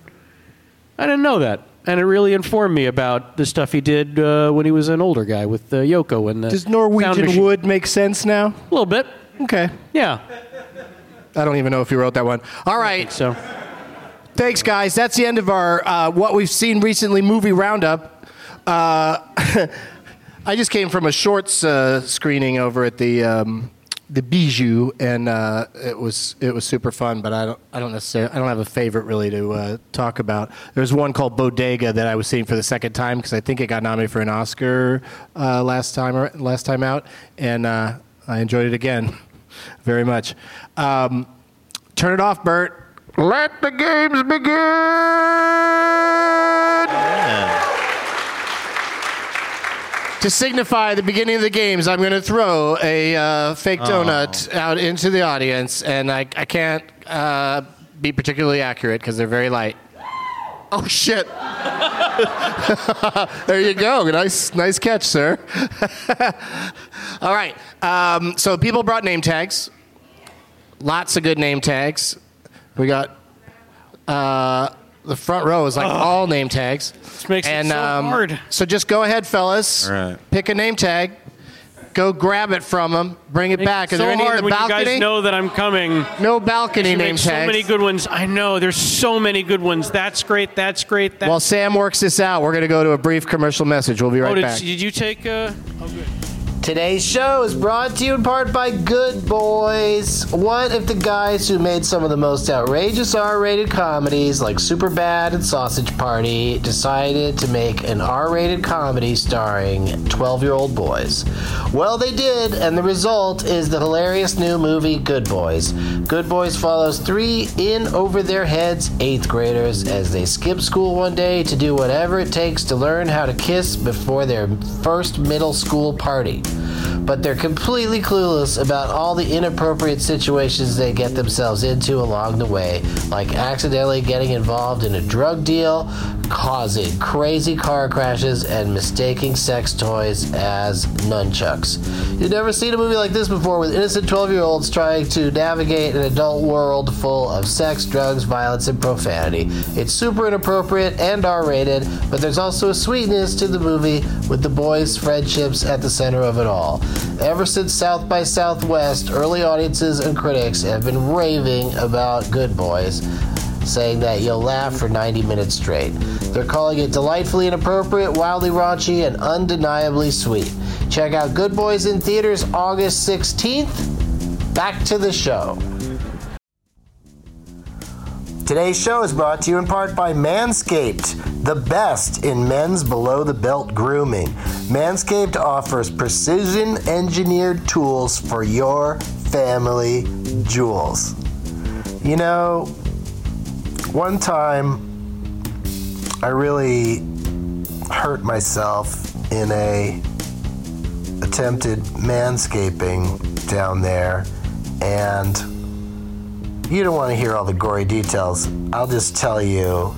Speaker 6: I didn't know that, and it really informed me about the stuff he did uh, when he was an older guy with uh, Yoko and the
Speaker 2: Does
Speaker 6: sound
Speaker 2: Norwegian
Speaker 6: machine.
Speaker 2: Wood make sense now?
Speaker 6: a little bit.
Speaker 2: Okay.
Speaker 6: Yeah,
Speaker 2: I don't even know if you wrote that one. All right.
Speaker 6: so
Speaker 2: Thanks, guys. That's the end of our uh, what we've seen recently movie roundup. Uh, I just came from a shorts uh, screening over at the um, the Bijou, and uh, it was it was super fun. But I don't I don't necessarily I don't have a favorite really to uh, talk about. There's one called Bodega that I was seeing for the second time because I think it got nominated for an Oscar uh, last time or last time out, and uh, I enjoyed it again very much. Um, turn it off, Bert.
Speaker 5: Let the games begin!
Speaker 7: To signify the beginning of the games, I'm going to throw a uh, fake donut out into the audience, and I, I can't uh, be particularly accurate because they're very light. Oh shit! there you go. Nice, nice catch, sir. All right. Um, so people brought name tags. Lots of good name tags. We got uh, the front row is like all name tags. This
Speaker 6: makes it so hard.
Speaker 7: um, So just go ahead, fellas.
Speaker 4: All right.
Speaker 7: Pick a name tag. Go grab it from them. Bring it back. Are
Speaker 6: so
Speaker 7: there any in
Speaker 6: hard
Speaker 7: the
Speaker 6: when you
Speaker 7: balcony?
Speaker 6: guys know that I'm coming.
Speaker 7: no balcony
Speaker 6: You
Speaker 7: name
Speaker 6: make so
Speaker 7: tags.
Speaker 6: many good ones. I know. There's so many good ones. That's great. That's great. That's
Speaker 7: While Sam works this out, we're going to go to a brief commercial message. We'll be right
Speaker 6: oh, did,
Speaker 7: back.
Speaker 6: did you take? Uh,
Speaker 7: Today's show is brought to you in part by Good Boys. What if the guys who made some of the most outrageous R rated comedies like Superbad and Sausage Party decided to make an R rated comedy starring 12 year old boys? Well, they did, and the result is the hilarious new movie Good Boys. Good Boys follows three in over their heads eighth graders as they skip school one day to do whatever it takes to learn how to kiss before their first middle school party but they're completely clueless about all the inappropriate situations they get themselves into along the way, like accidentally getting involved in a drug deal, causing crazy car crashes, and mistaking sex toys as nunchucks. You've never seen a movie like this before with innocent 12 year olds trying to navigate an adult world full of sex, drugs, violence, and profanity. It's super inappropriate and R rated, but there's also a sweetness to the movie with the boys' friendships at the center of it all. Ever since South by Southwest, early audiences and critics have been raving about Good Boys. Saying that you'll laugh for 90 minutes straight. They're calling it delightfully inappropriate, wildly raunchy, and undeniably sweet. Check out Good Boys in theaters August 16th. Back to the show. Today's show is brought to you in part by Manscaped, the best in men's below the belt grooming. Manscaped offers precision engineered tools for your family jewels. You know, one time I really hurt myself in a attempted manscaping down there and you don't want to hear all the gory details. I'll just tell you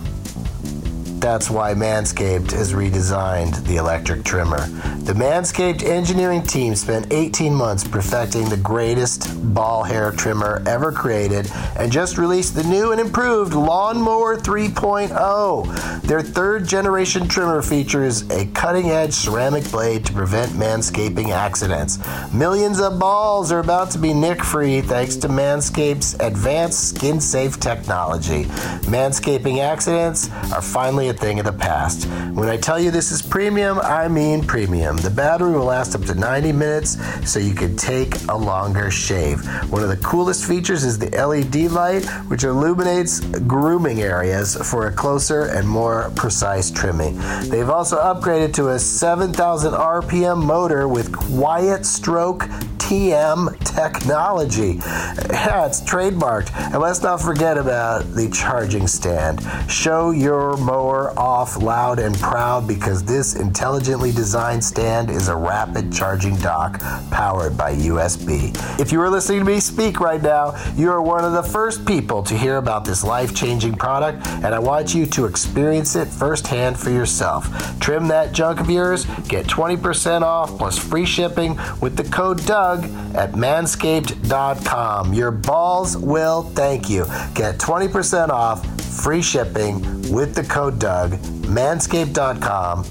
Speaker 7: that's why Manscaped has redesigned the electric trimmer. The Manscaped engineering team spent 18 months perfecting the greatest ball hair trimmer ever created and just released the new and improved Lawnmower 3.0. Their third generation trimmer features a cutting edge ceramic blade to prevent manscaping accidents. Millions of balls are about to be nick free thanks to Manscaped's advanced skin safe technology. Manscaping accidents are finally a thing of the past. When I tell you this is premium, I mean premium. The battery will last up to 90 minutes, so you can take a longer shave. One of the coolest features is the LED light, which illuminates grooming areas for a closer and more precise trimming. They've also upgraded to a 7,000 RPM motor with quiet stroke TM technology. Yeah, it's trademarked. And let's not forget about the charging stand. Show your mower off loud and proud because this intelligently designed stand is a rapid charging dock powered by USB. If you are listening to me speak right now, you are one of the first people to hear about this life changing product, and I want you to experience it firsthand for yourself. Trim that junk of yours, get 20% off plus free shipping with the code Doug at manscaped.com. Your balls will thank you. Get 20% off free shipping with the code Doug, manscaped.com.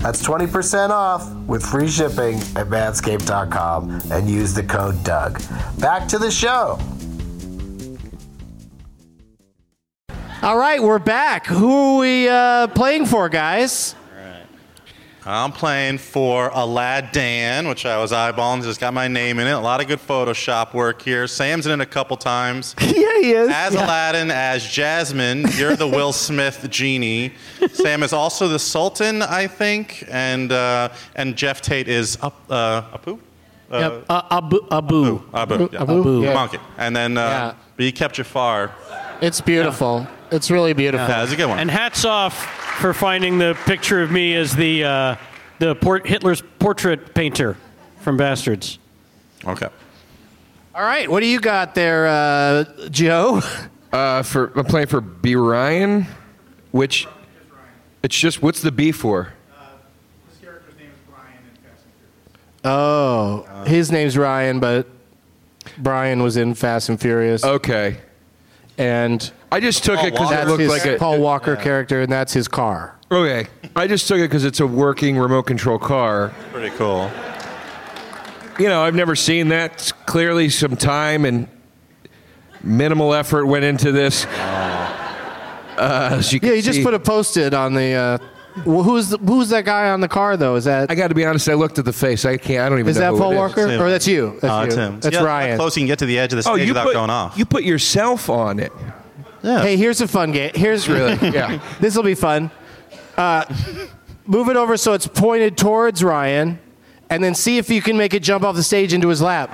Speaker 7: That's 20% off with free shipping at manscaped.com and use the code Doug. Back to the show. All right, we're back. Who are we uh, playing for, guys?
Speaker 4: I'm playing for Aladdin, which I was eyeballing. Just got my name in it. A lot of good Photoshop work here. Sam's in it a couple times.
Speaker 7: yeah, he is.
Speaker 4: As Aladdin, as Jasmine, you're the Will Smith genie. Sam is also the Sultan, I think, and uh, and Jeff Tate is up, uh, Apu. Uh,
Speaker 3: Yep. Uh, abu, abu.
Speaker 4: Abu. Abu. yeah.
Speaker 3: Abu.
Speaker 4: Monkey. And then uh,
Speaker 3: Yeah.
Speaker 4: but you kept Jafar.
Speaker 2: It's beautiful. It's really beautiful.
Speaker 4: That was a good one.
Speaker 6: And hats off for finding the picture of me as the uh, the port- Hitler's portrait painter from Bastards.
Speaker 4: okay.
Speaker 2: All right, what do you got there, uh, Joe?
Speaker 5: Uh, for I'm playing for B Ryan, which it's just what's the B for?
Speaker 8: His character's name is Brian in Fast and Furious.
Speaker 2: Oh, his name's Ryan, but Brian was in Fast and Furious,
Speaker 5: Okay,
Speaker 2: and
Speaker 5: I just took Oh. it because it
Speaker 2: that's
Speaker 5: looked
Speaker 2: his
Speaker 5: like a
Speaker 2: Paul Walker character, and that's his car.
Speaker 5: Okay, I just took it because it's a working remote control car.
Speaker 4: Pretty cool.
Speaker 5: You know, I've never seen that. It's clearly, some time and minimal effort went into this. Uh, as you
Speaker 2: Yeah,
Speaker 5: can
Speaker 2: you just
Speaker 5: see-
Speaker 2: put a post-it on the. Uh, wh- who's the, who's that guy on the car though? Is that
Speaker 5: I
Speaker 2: is
Speaker 5: got to be honest. I looked at the face. I can't. I don't even. know
Speaker 2: that
Speaker 5: who
Speaker 2: Paul
Speaker 5: it is.
Speaker 2: Walker
Speaker 4: It's him.
Speaker 2: or that's you? That's
Speaker 4: Uh,
Speaker 2: you.
Speaker 4: it's him.
Speaker 2: That's
Speaker 4: Yeah,
Speaker 2: Ryan.
Speaker 4: Close you can get to the edge of the
Speaker 5: Oh,
Speaker 4: stage
Speaker 5: you
Speaker 4: without
Speaker 5: put,
Speaker 4: going off.
Speaker 5: you put yourself on it.
Speaker 4: yeah.
Speaker 2: Hey, here's a fun game. Here's
Speaker 5: Really? Yeah.
Speaker 2: this will be fun. Uh, move it over so it's pointed towards Ryan, and then see if you can make it jump off the stage into his lap.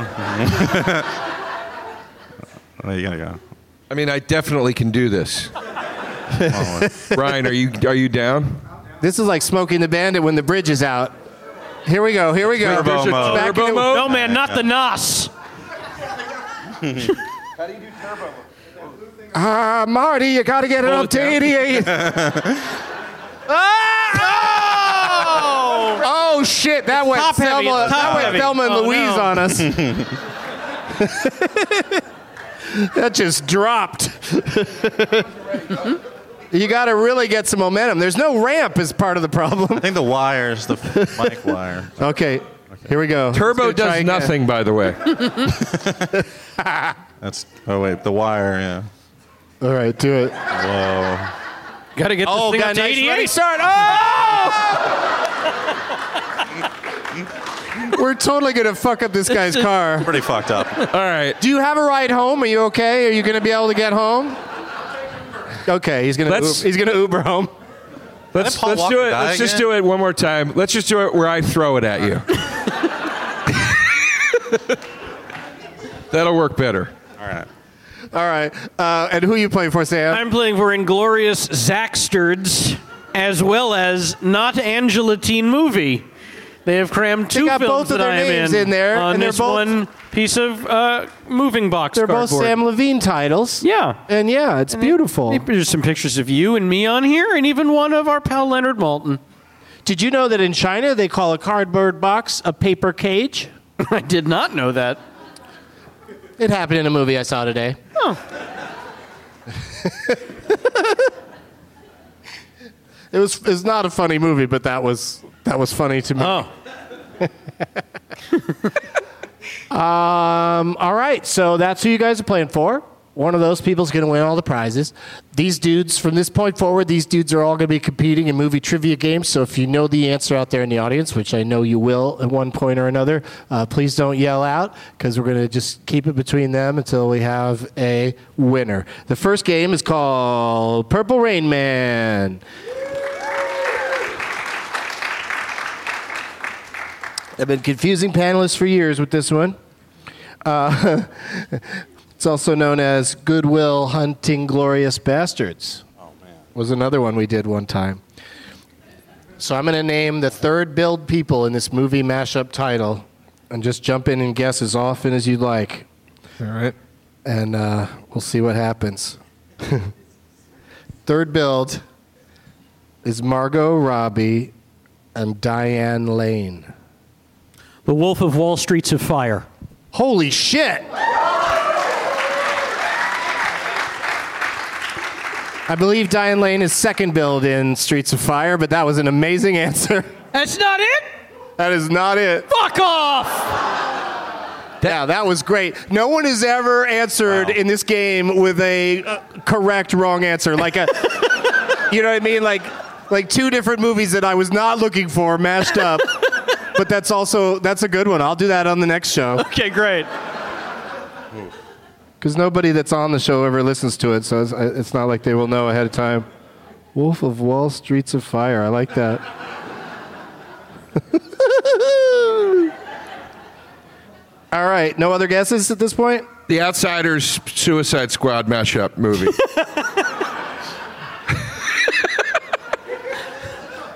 Speaker 4: There you gotta go.
Speaker 5: I mean, I definitely can do this. Ryan, are you are you down?
Speaker 2: This is like smoking the bandit when the bridge is out. Here we go. Here we go.
Speaker 4: Turbo
Speaker 2: Here's your-
Speaker 4: mode.
Speaker 2: back
Speaker 5: Turbo
Speaker 2: into-
Speaker 5: mode?
Speaker 6: No man, not the Nas.
Speaker 2: Ah, Marty, you got to get it
Speaker 5: Pull
Speaker 2: up
Speaker 5: it
Speaker 2: to
Speaker 5: down.
Speaker 2: 88. Ah! Oh! Oh, shit! That went
Speaker 6: Top heavy,
Speaker 2: Thelma, that
Speaker 6: top
Speaker 2: went
Speaker 6: heavy.
Speaker 2: Thelma and
Speaker 6: Oh,
Speaker 2: Louise
Speaker 6: no.
Speaker 2: on us. that just dropped. you got to really get some momentum. There's no ramp is part of the problem.
Speaker 4: I think the wire's the f- mic wire.
Speaker 2: Okay, here we go.
Speaker 5: Turbo
Speaker 2: Let's go try
Speaker 5: does
Speaker 2: again.
Speaker 5: nothing, by the way.
Speaker 4: That's oh wait, the wire. Yeah.
Speaker 2: All right, do it.
Speaker 4: Whoa.
Speaker 6: Got to get this
Speaker 2: Oh,
Speaker 6: thing
Speaker 2: got a
Speaker 6: up to
Speaker 2: nice
Speaker 6: 88.
Speaker 2: running start. Oh! We're totally gonna fuck up this guy's car.
Speaker 4: Pretty fucked up.
Speaker 5: All right,
Speaker 2: Do you have a ride home? Are you okay? Are you gonna be able to get home? Okay, he's gonna
Speaker 5: Let's-
Speaker 2: Uber, he's gonna Uber home.
Speaker 5: let's
Speaker 4: Paul
Speaker 5: let's
Speaker 4: Walker
Speaker 5: do it.
Speaker 4: die
Speaker 5: Let's just
Speaker 4: again?
Speaker 5: do it one more time. Let's just do it where I throw it at you. That'll work better.
Speaker 4: All right.
Speaker 2: All right, uh, and who are you playing for, Sam?
Speaker 6: I'm playing for Inglorious Zaxterds, as well as Not Angela Teen Movie. They have crammed
Speaker 2: They
Speaker 6: two
Speaker 2: got
Speaker 6: films
Speaker 2: both of
Speaker 6: that
Speaker 2: their
Speaker 6: I am
Speaker 2: names
Speaker 6: in,
Speaker 2: in there,
Speaker 6: on
Speaker 2: and they're
Speaker 6: this
Speaker 2: both-
Speaker 6: one piece of uh, moving box
Speaker 2: They're both
Speaker 6: cardboard.
Speaker 2: Sam Levine titles.
Speaker 6: Yeah.
Speaker 2: and yeah, it's beautiful.
Speaker 6: There's some pictures of you and me on here, and even one of our pal Leonard Malton.
Speaker 2: Did you know that in China they call a cardboard box a paper cage?
Speaker 6: I did not know that.
Speaker 2: It happened in a movie I saw today.
Speaker 6: Oh.
Speaker 2: it was it's not a funny movie, but that was that was funny to me.
Speaker 6: Oh,
Speaker 2: Um, all right, so that's who you guys are playing for. One of those people's going to win all the prizes. These dudes, from this point forward, these dudes are all going to be competing in movie trivia games. So if you know the answer out there in the audience, which I know you will at one point or another, uh, please don't yell out because we're going to just keep it between them until we have a winner. The first game is called Purple Rain Man. I've been confusing panelists for years with this one. It's also known as Goodwill Hunting Glorious Bastards. Oh, man. Was another one we did one time. So I'm going to name the third build people in this movie mashup title and just jump in and guess as often as you'd like.
Speaker 5: All right.
Speaker 2: And uh, we'll see what happens. third build is Margot Robbie and Diane Lane.
Speaker 6: The Wolf of Wall Street's of Fire.
Speaker 2: Holy shit! I believe Diane Lane is second build in Streets of Fire, but that was an amazing answer.
Speaker 6: That's not it.
Speaker 2: That is not it.
Speaker 6: Fuck off.
Speaker 2: yeah, that was great. No one has ever answered in this game with a uh, correct wrong answer. Like a, you know what I mean? Like, like two different movies that I was not looking for mashed up. but that's also that's a good one. I'll do that on the next show.
Speaker 6: Okay, great.
Speaker 2: Because nobody that's on the show ever listens to it, so it's, it's not like they will know ahead of time. Wolf of Wall Streets of Fire. I like that. All right. No other guesses at this point?
Speaker 5: The Outsiders Suicide Squad mashup movie.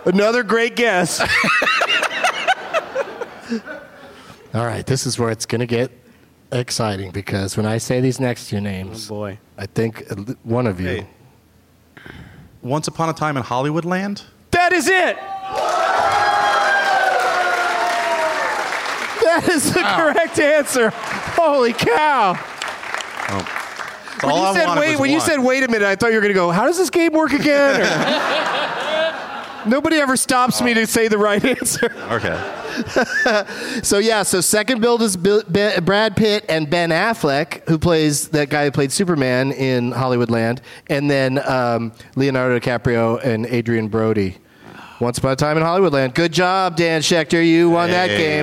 Speaker 2: Another great guess. All right. This is where it's going to get exciting because when I say these next two names,
Speaker 6: Boy.
Speaker 2: I think at le- one of you.
Speaker 4: Hey. Once upon a time in Hollywood land.
Speaker 6: That is it.
Speaker 2: That is the correct answer. Holy cow.
Speaker 4: That's
Speaker 2: When
Speaker 4: all
Speaker 2: you
Speaker 4: I
Speaker 2: said
Speaker 4: wanted
Speaker 2: wait,
Speaker 4: was
Speaker 2: when you
Speaker 4: one.
Speaker 2: said wait a minute, I thought you were going to go, how does this game work again? Or- Nobody ever stops me to say the right answer.
Speaker 4: okay,
Speaker 2: So yeah, so second build is Bill, Be- Brad Pitt and Ben Affleck, who plays that guy who played Superman in Hollywoodland, and then um, Leonardo DiCaprio and Adrian Brody. Once upon a time in Hollywoodland. Good job, Dan Schechter. You won that
Speaker 4: Hey.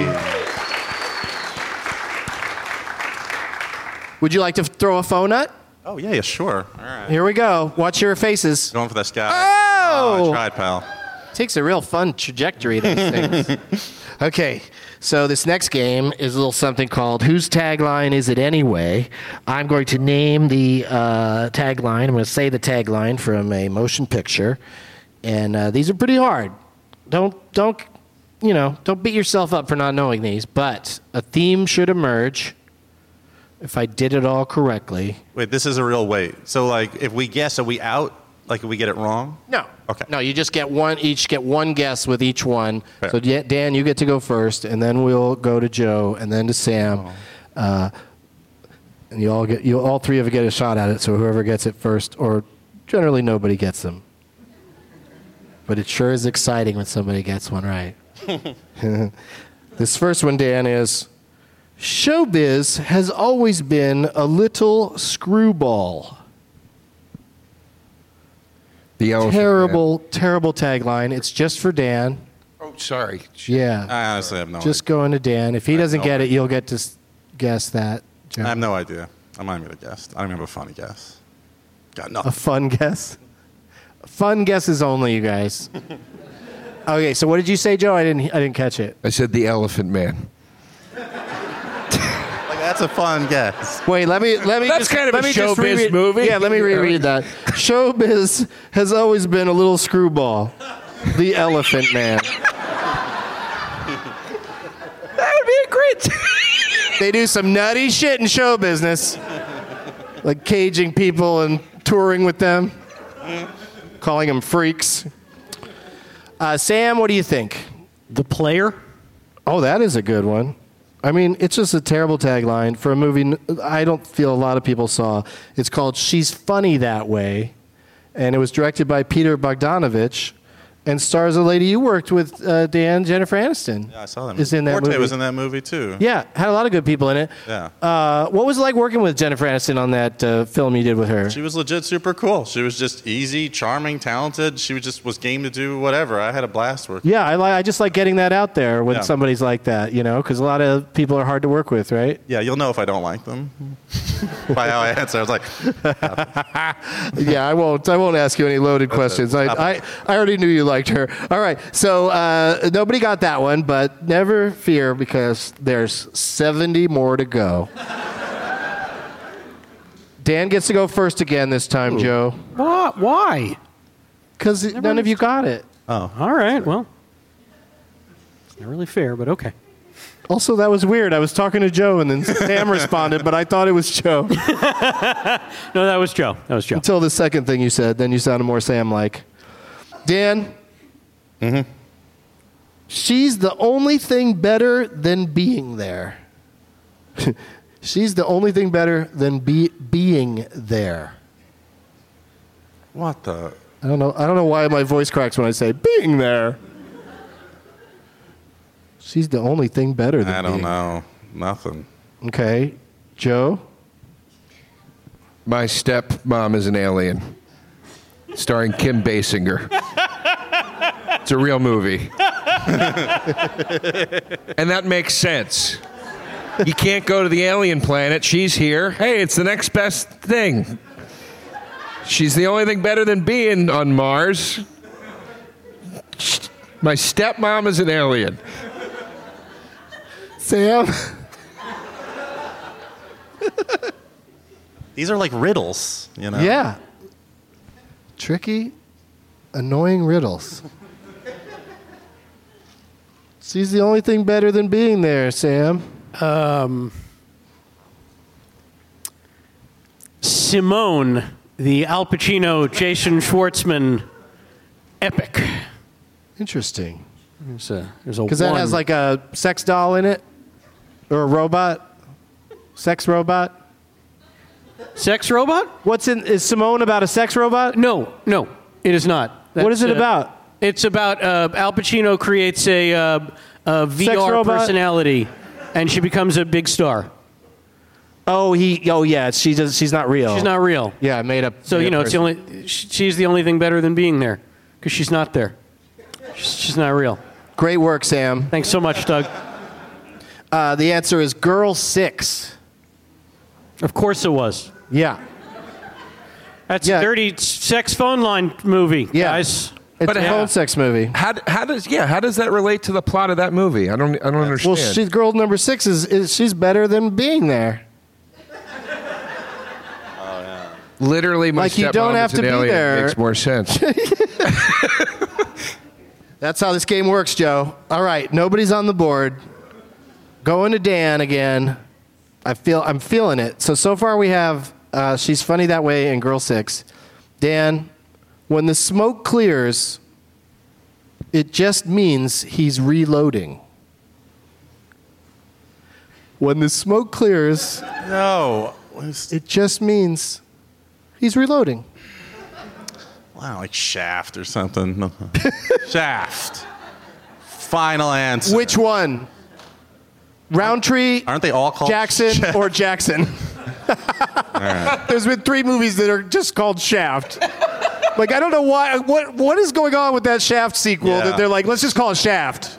Speaker 2: game. Would you like to throw a phone nut?
Speaker 4: Oh yeah, yeah, sure. All right.
Speaker 2: Here we go. Watch your faces.
Speaker 4: Going for that sky.
Speaker 2: Oh!
Speaker 4: I tried, pal.
Speaker 2: Takes a real fun trajectory, these things. okay, so this next game is a little something called Whose Tagline Is It Anyway? I'm going to name the uh, tagline. I'm going to say the tagline from a motion picture. And uh, these are pretty hard. Don't, don't, you know, don't beat yourself up for not knowing these, but a theme should emerge if I did it all correctly.
Speaker 4: Wait, this is a real wait. So like, if we guess, are we out? Like, if we get it wrong?
Speaker 2: No.
Speaker 4: Okay.
Speaker 2: No, you just get one each. Get one guess with each one.
Speaker 4: Fair.
Speaker 2: So yeah, Dan, you get to go first, and then we'll go to Joe, and then to Sam,
Speaker 4: Oh.
Speaker 2: uh, and you all get you all three of you get a shot at it. So whoever gets it first, or generally nobody gets them. But it sure is exciting when somebody gets one right. this first one, Dan, is showbiz has always been a little screwball.
Speaker 5: The
Speaker 4: Oh,
Speaker 5: Elephant Man.
Speaker 2: terrible, terrible tagline. It's just for Dan.
Speaker 5: Oh, sorry.
Speaker 2: Yeah.
Speaker 4: I honestly have no.
Speaker 2: just going to Dan. If he doesn't
Speaker 4: no
Speaker 2: get it,
Speaker 4: idea.
Speaker 2: you'll get to s- guess that. Joe.
Speaker 4: idea. I have no idea. I'm not even gonna guess. I don't even have a funny guess. Got
Speaker 2: A
Speaker 4: nothing.
Speaker 2: fun guess. Fun guesses only, you guys. okay, so what did you say, Joe? I didn't. I didn't catch it.
Speaker 5: I said The Elephant Man.
Speaker 4: Like, that's a fun guess.
Speaker 2: Wait, let me let me.
Speaker 5: That's
Speaker 2: just,
Speaker 5: kind of
Speaker 2: let
Speaker 5: a
Speaker 2: me just
Speaker 5: showbiz
Speaker 2: reread-
Speaker 5: movie.
Speaker 2: Yeah, let me reread that. Showbiz has always been a little screwball. The Elephant Man.
Speaker 5: That would be a great.
Speaker 2: They do some nutty shit in show business, like caging people and touring with them, calling them freaks. Uh, Sam, what do you think?
Speaker 6: The player.
Speaker 2: Oh, that is a good one. I mean, it's just a terrible tagline for a movie n- I don't feel a lot of people saw. It's called She's Funny That Way, and it was directed by Peter Bogdanovich and stars a lady you worked with, uh, Dan, Jennifer Aniston.
Speaker 4: Yeah, I saw that.
Speaker 2: Is in that
Speaker 4: Forte
Speaker 2: movie.
Speaker 4: was in that movie too.
Speaker 2: Yeah, had a lot of good people in it.
Speaker 4: Yeah.
Speaker 2: Uh, what was it like working with Jennifer Aniston on that uh, film you did with her?
Speaker 4: She was legit super cool. She was just easy, charming, talented. She was just was game to do whatever. I had a blast working.
Speaker 2: yeah, I, li- I just like getting that out there when
Speaker 4: Yeah.
Speaker 2: somebody's like that, you know, because a lot of people are hard to work with, right?
Speaker 4: Yeah, you'll know if I don't like them by how I answer. I was like,
Speaker 2: yeah, I won't. I won't ask you any loaded questions. I,
Speaker 4: Stop it.
Speaker 2: I, I already knew you liked her. All right, so uh, nobody got that one, but never fear because there's 70 more to go. Dan gets to go first again this time, Joe,
Speaker 6: Why? Why?
Speaker 2: because none of you got it.
Speaker 6: All right. Well, it's not really fair, but okay.
Speaker 2: Also, that was weird. I was talking to Joe, and then Sam responded, but I thought it was Joe.
Speaker 6: No, that was Joe. That was Joe.
Speaker 2: Until the second thing you said, then you sounded more Sam-like. Dan. Mm-hmm.
Speaker 4: Mm-hmm.
Speaker 2: She's the only thing better than being there. She's the only thing better than be- being there.
Speaker 4: what the?
Speaker 2: I don't know. I don't know why my voice cracks when I say being there. She's the only thing better than
Speaker 4: I don't
Speaker 2: being-
Speaker 4: know. Nothing.
Speaker 2: Okay, Joe.
Speaker 5: My stepmom is an alien, starring Kim Basinger. it's a real movie. and that makes sense. You can't go to the alien planet. She's here. Hey, it's the next best thing. She's the only thing better than being on Mars. My stepmom is an alien.
Speaker 2: Sam.
Speaker 4: These are like riddles, you know?
Speaker 2: Yeah. Tricky, annoying riddles. She's the only thing better than being there, Sam.
Speaker 6: Simone, the Al Pacino, Jason Schwartzman epic.
Speaker 2: Interesting.
Speaker 6: There's a, there's a
Speaker 2: Because that
Speaker 6: one.
Speaker 2: has like a sex doll in it or a robot, sex robot.
Speaker 6: sex robot?
Speaker 2: What's in? Is Simone about a sex robot?
Speaker 6: No, no, it is not.
Speaker 2: What is
Speaker 6: That's,
Speaker 2: it
Speaker 6: uh,
Speaker 2: about?
Speaker 6: It's about uh, Al Pacino creates a, uh, a VR
Speaker 2: robot?
Speaker 6: personality, and she becomes a big star.
Speaker 2: Oh, he. Oh, yeah. She does. She's not real.
Speaker 6: She's not real.
Speaker 2: Oh. Yeah, made up.
Speaker 6: So you know, it's the only. sh- She's the only thing better than being there, because she's not there. She's, she's not real.
Speaker 2: Great work, Sam.
Speaker 6: Thanks so much, Doug.
Speaker 2: Uh, the answer is girl six.
Speaker 6: Of course it was.
Speaker 2: Yeah.
Speaker 6: That's
Speaker 2: Yeah.
Speaker 6: a dirty sex phone line movie,
Speaker 2: Yeah.
Speaker 6: guys.
Speaker 2: It's
Speaker 5: But
Speaker 2: a
Speaker 5: how-
Speaker 2: phone sex movie.
Speaker 5: How, d- how does yeah? How does that relate to the plot of that movie? I don't I don't
Speaker 2: Well,
Speaker 5: understand.
Speaker 2: she's girl number six is, is she's better than being there.
Speaker 5: Literally, my
Speaker 2: Like, you don't
Speaker 5: stepmom
Speaker 2: have
Speaker 5: is
Speaker 2: to
Speaker 5: an
Speaker 2: be
Speaker 5: alien. It
Speaker 2: there.
Speaker 5: Makes more sense.
Speaker 2: That's how this game works, Joe. All right, nobody's on the board. Going to Dan again. I feel I'm feeling it. So so far we have uh, she's funny that way and girl six. Dan, when the smoke clears, it just means he's reloading. When the smoke clears,
Speaker 4: No.
Speaker 2: it just means he's reloading.
Speaker 4: Wow, like Shaft or something. Shaft. Final answer.
Speaker 2: Which one? Roundtree,
Speaker 4: Aren't they all called
Speaker 2: Jackson, or Jackson? There's been three movies that are just called Shaft. Like I don't know why. What what is going on with that Shaft sequel
Speaker 4: Yeah.
Speaker 2: that they're like, let's just call it Shaft.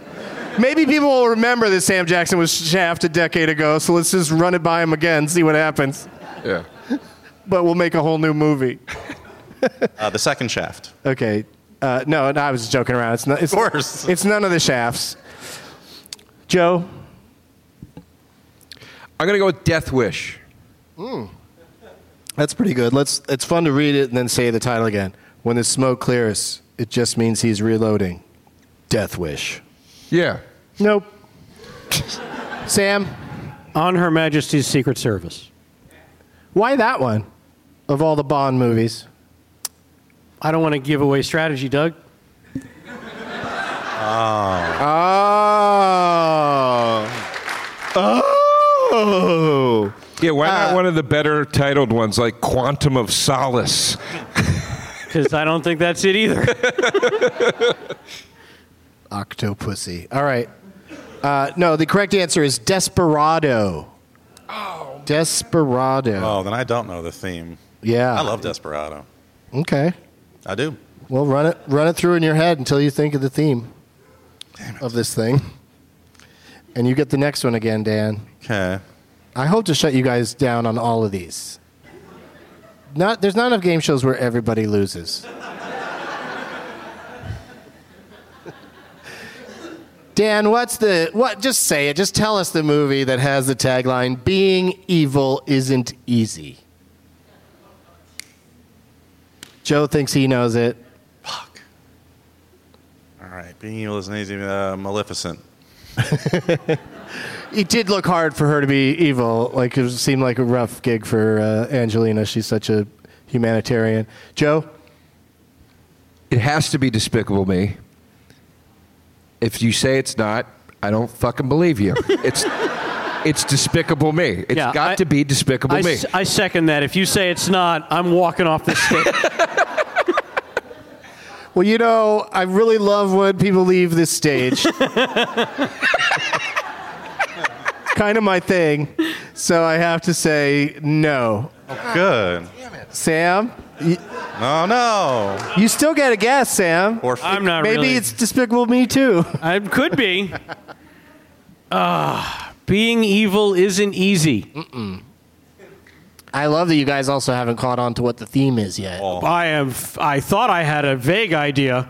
Speaker 2: Maybe people will remember that Sam Jackson was Shaft a decade ago, so let's just run it by him again, see what happens.
Speaker 5: yeah.
Speaker 2: But we'll make a whole new movie.
Speaker 4: Uh, the second Shaft.
Speaker 2: Okay. Uh, no, no, I was joking around. It's not, it's,
Speaker 4: Of course.
Speaker 2: it's none of the Shafts. Joe,
Speaker 5: I'm gonna go with Death Wish.
Speaker 2: That's pretty good. Let's. It's fun to read it and then say the title again. When the smoke clears, it just means he's reloading. Death wish.
Speaker 5: Yeah.
Speaker 2: Nope. Sam,
Speaker 6: On Her Majesty's Secret Service.
Speaker 2: why that one? Of all the Bond movies,
Speaker 6: I don't want to give away strategy, Doug.
Speaker 2: oh, oh,
Speaker 5: Yeah. Why not one of the better titled ones like Quantum of Solace?
Speaker 6: Because I don't think that's it either.
Speaker 2: Octopussy. All right. Uh, no, the correct answer is Desperado. Oh, Desperado.
Speaker 4: Oh, then I don't know the theme.
Speaker 2: Yeah.
Speaker 4: I love Desperado.
Speaker 2: Okay.
Speaker 4: I do.
Speaker 2: Well, run it run it through in your head until you think of the theme of this thing. And you get the next one again, Dan.
Speaker 4: Okay.
Speaker 2: I hope to shut you guys down on all of these. Not there's not enough game shows where everybody loses. Dan, what's the what just say it. Just tell us the movie that has the tagline being evil isn't easy. Joe thinks he knows it.
Speaker 4: Fuck. All right. Being evil is an easy. Uh, Maleficent.
Speaker 2: it did look hard for her to be evil. Like it seemed like a rough gig for uh, Angelina. She's such a humanitarian. Joe,
Speaker 5: It has to be Despicable Me. If you say it's not, I don't fucking believe you. It's it's Despicable Me. It's
Speaker 6: Yeah,
Speaker 5: got
Speaker 6: I-
Speaker 5: to be Despicable
Speaker 6: I,
Speaker 5: Me.
Speaker 6: s- I second that. If you say it's not, I'm walking off the stage.
Speaker 2: well, you know, I really love when people leave this stage. kind of my thing. So I have to say no.
Speaker 4: Good.
Speaker 2: Sam, you,
Speaker 4: No, no.
Speaker 2: you still got a guess, Sam.
Speaker 4: Or
Speaker 6: I'm not
Speaker 2: Maybe
Speaker 6: really.
Speaker 2: it's Despicable Me too.
Speaker 6: I could be. Ah, being evil isn't easy.
Speaker 2: I love that you guys also haven't caught on to what the theme is yet.
Speaker 6: I am. I thought I had a vague idea,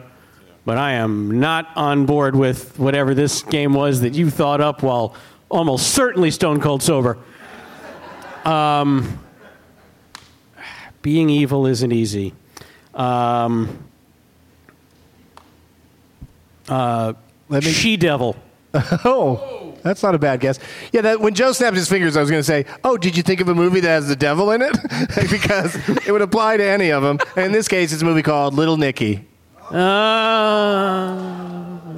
Speaker 6: but I am not on board with whatever this game was that you thought up while almost certainly stone cold sober. Um, Being evil isn't easy. Um,
Speaker 2: Let me.
Speaker 6: she devil.
Speaker 2: Oh, that's not a bad guess. Yeah, that, when Joe snapped his fingers, I was going to say, "Oh, did you think of a movie that has the devil in it?" because it would apply to any of them. And in this case, it's a movie called Little Nicky.
Speaker 6: Uh,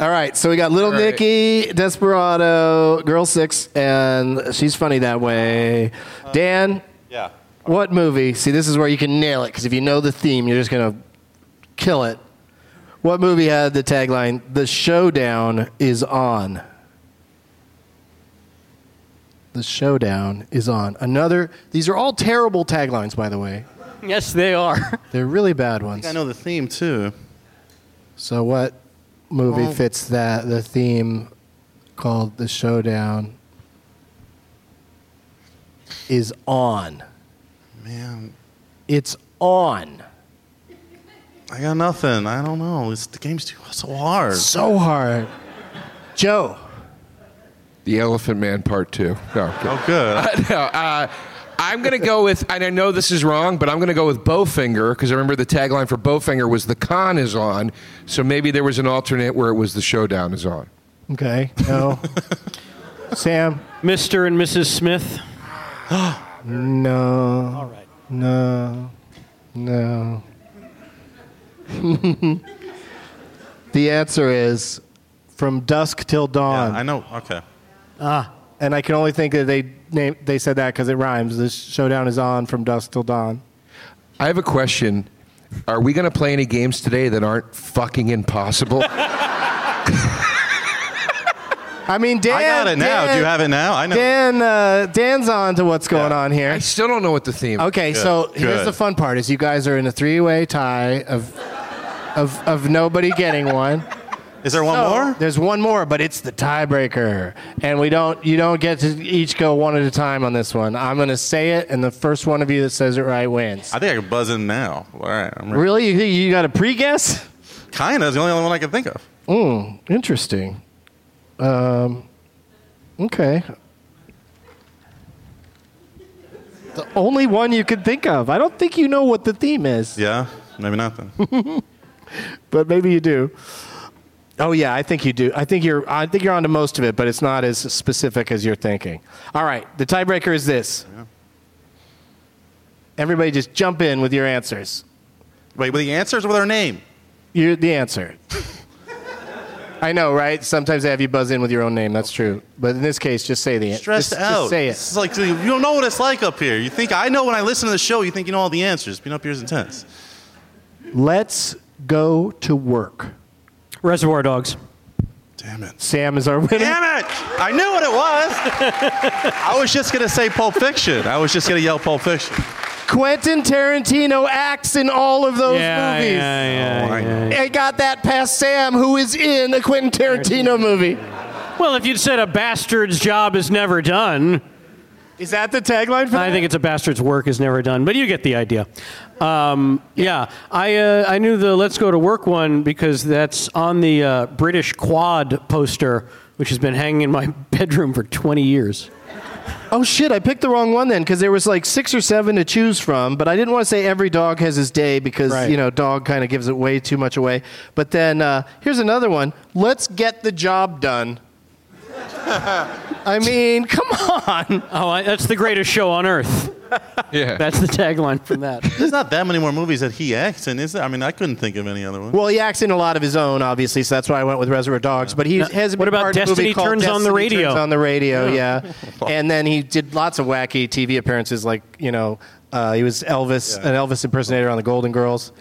Speaker 2: All right, so we got Little
Speaker 5: All right.
Speaker 2: Nicky, Desperado, Girl Six, and she's funny that way. Dan,
Speaker 4: Yeah.
Speaker 2: what movie? See, this is where you can nail it because if you know the theme, you're just going to kill it. What movie had the tagline "The showdown is on"? The showdown is on. Another. These are all terrible taglines, by the way.
Speaker 6: yes, they are.
Speaker 2: They're really bad ones.
Speaker 4: I know the theme too.
Speaker 2: So what movie fits that the theme called The Showdown is on.
Speaker 4: Man,
Speaker 2: It's on.
Speaker 4: I got nothing. I don't know. It's, the game's too so hard.
Speaker 2: So hard. Joe.
Speaker 5: The Elephant Man Part Two. No, I'm kidding.
Speaker 4: Oh, good.
Speaker 5: no uh, I'm going to go with, and I know this is wrong, but I'm going to go with Bowfinger because I remember the tagline for Bowfinger was "The con is on," so maybe there was an alternate where it was "The showdown is on."
Speaker 2: Okay. No. Sam.
Speaker 6: Mr. and Mrs. Smith.
Speaker 2: No.
Speaker 6: All right.
Speaker 2: No. No. the answer is from dusk till dawn.
Speaker 4: Yeah, I know. Okay.
Speaker 2: and I can only think that they name, they said that because it rhymes. This showdown is on from dusk till dawn.
Speaker 5: I have a question. Are we going to play any games today that aren't fucking impossible?
Speaker 2: I mean, Dan.
Speaker 4: I got it now.
Speaker 2: Dan-
Speaker 4: Do you have it now? I know.
Speaker 2: Dan, uh, Dan's on to what's going on
Speaker 5: I
Speaker 2: here.
Speaker 5: still don't know what the theme.
Speaker 2: Okay,
Speaker 4: Good,
Speaker 2: so here's
Speaker 4: good.
Speaker 2: the fun part: is you guys are in a three-way tie of of of nobody getting one.
Speaker 4: Is there one
Speaker 2: So,
Speaker 4: more?
Speaker 2: There's one more, but it's the tiebreaker, and we don't. You don't get to each go one at a time on this one. I'm gonna say it, and the first one of you that says it right wins.
Speaker 4: I think I could buzz in now. All right. I'm ready.
Speaker 2: Really, you, think you got a pre-guess?
Speaker 4: Kinda is the only one I can think of.
Speaker 2: Interesting. Um, okay. The only one you could think of. I don't think you know what the theme is,
Speaker 4: Yeah. Maybe not then.
Speaker 2: but maybe you do. Oh yeah, I think you do. I think you're. I think you're onto most of it, but it's not as specific as you're thinking. All right, the tiebreaker is this. Everybody, just jump in with your answers.
Speaker 4: Wait, with the answers or with our name?
Speaker 2: You're the answer. I know, right? Sometimes they have you buzz in with your own name. That's true. But in this case, just say the answer.
Speaker 4: Stressed
Speaker 2: just,
Speaker 4: out.
Speaker 2: Just say
Speaker 4: This
Speaker 2: it.
Speaker 4: is like you don't know what it's like up here. You think I know when I listen to the show. You think you know all the answers. Being up here is intense.
Speaker 2: Let's go to work.
Speaker 6: Reservoir Dogs.
Speaker 4: Damn it.
Speaker 2: Sam is our winner.
Speaker 4: Damn it! I knew what it was. I was just gonna say Pulp Fiction. I was just gonna yell Pulp Fiction.
Speaker 2: Quentin Tarantino acts in all of those
Speaker 6: yeah,
Speaker 2: movies.
Speaker 6: yeah, yeah,
Speaker 4: I
Speaker 6: yeah.
Speaker 4: know.
Speaker 2: I got that past Sam, who is in a Quentin Tarantino movie.
Speaker 6: Well, if you'd said a bastard's job is never done,
Speaker 2: Is that the tagline for
Speaker 6: I think it's a bastard's work is never done, but you get the idea. Um, yeah, I uh, I knew the "Let's Go to Work" one because that's on the uh, British Quad poster, which has been hanging in my bedroom for 20 years.
Speaker 2: Oh shit, I picked the wrong one then because there was like six or seven to choose from, but I didn't want to say every dog has his day because
Speaker 6: Right.
Speaker 2: you know dog kind of gives it way too much away. But then uh, here's another one. Let's get the job done. I mean, come on.
Speaker 6: Oh, I, that's the greatest show on earth.
Speaker 5: Yeah.
Speaker 6: That's the tagline from that.
Speaker 4: There's not that many more movies that he acts in, is there? I mean, I couldn't think of any other one.
Speaker 2: Well, he acts in a lot of his own, obviously, so that's why I went with Reservoir Dogs. But he
Speaker 6: Now,
Speaker 2: has.
Speaker 6: what
Speaker 2: been
Speaker 6: about
Speaker 2: part of a movie
Speaker 6: Destiny
Speaker 2: called
Speaker 6: Turns on the
Speaker 2: Destiny
Speaker 6: Radio?
Speaker 2: Turns on the radio, yeah. and then he did lots of wacky TV appearances, like you know, uh, he was Elvis, an Elvis impersonator on the Golden Girls,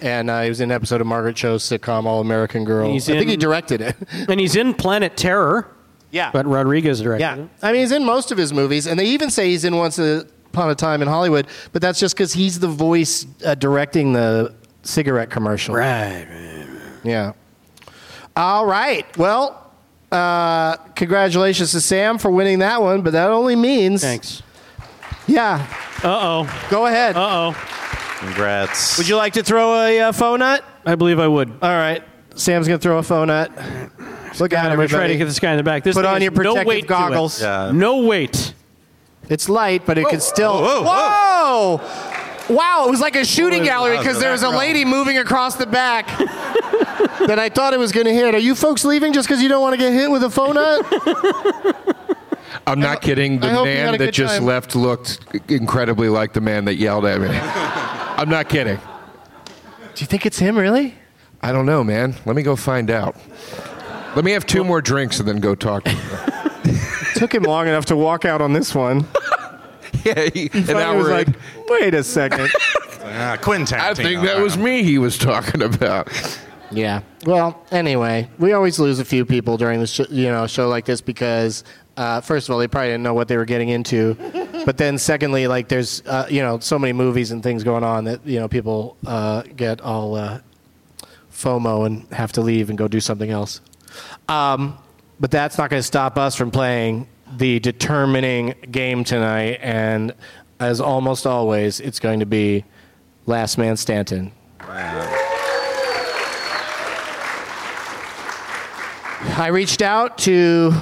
Speaker 2: and uh, he was in an episode of Margaret Cho's sitcom All American Girl.
Speaker 6: He's
Speaker 2: I think he
Speaker 6: in-
Speaker 2: directed it.
Speaker 6: And he's in Planet Terror,
Speaker 2: yeah,
Speaker 6: but Rodriguez directed
Speaker 2: yeah.
Speaker 6: it.
Speaker 2: I mean, he's in most of his movies, and they even say he's in Once Upon a Time in Hollywood, but that's just because he's the voice uh, directing the cigarette commercial.
Speaker 6: Right.
Speaker 2: Yeah. All right. Well, uh, congratulations to Sam for winning that one, but that only means.
Speaker 6: Thanks.
Speaker 2: Yeah.
Speaker 6: Uh oh.
Speaker 2: Go ahead.
Speaker 6: Uh oh.
Speaker 4: Congrats.
Speaker 2: Would you like to throw a uh, phone nut?
Speaker 6: I believe I would.
Speaker 2: All right. Sam's going to throw a phone nut. Look at
Speaker 6: I'm
Speaker 2: him.
Speaker 6: gonna try to get this guy in the back. This
Speaker 2: Put
Speaker 6: thing
Speaker 2: on
Speaker 6: has
Speaker 2: your protective
Speaker 6: no weight to it.
Speaker 2: goggles.
Speaker 4: Yeah.
Speaker 6: No weight.
Speaker 2: It's light, but it can still.
Speaker 4: whoa, whoa,
Speaker 2: Whoa!
Speaker 7: Wow, it was like a shooting gallery
Speaker 4: That was
Speaker 7: because
Speaker 4: the
Speaker 7: there
Speaker 4: back
Speaker 7: was a
Speaker 4: row.
Speaker 7: lady moving across the back.
Speaker 2: that I thought it was going to hit. Are you folks leaving just because you don't want to get hit with a phone nut?
Speaker 5: I'm not kidding. The
Speaker 2: I hope you had
Speaker 5: man
Speaker 2: a
Speaker 5: that
Speaker 2: good
Speaker 5: just
Speaker 2: time.
Speaker 5: left looked incredibly like the man that yelled at me. I'm not kidding.
Speaker 2: Do you think it's him, really?
Speaker 5: I don't know, man. Let me go find out. Let me have two more drinks and then go talk. To him.
Speaker 2: Took him long enough to walk out on this one.
Speaker 5: yeah, he, an
Speaker 2: I
Speaker 5: hour.
Speaker 2: was like,
Speaker 5: in.
Speaker 2: wait a second.
Speaker 4: Ah, Quentin Tarantino.
Speaker 5: I think that was me. He was talking about.
Speaker 7: Yeah.
Speaker 2: Well, anyway, we always lose a few people during the sh- you know show like this because uh, first of all, they probably didn't know what they were getting into, but then secondly, like there's uh, you know so many movies and things going on that you know people uh, get all uh, FOMO and have to leave and go do something else. Um, but that's not going to stop us from playing the determining game tonight, and as almost always, it's going to be Last Man Stanton. I reached out to,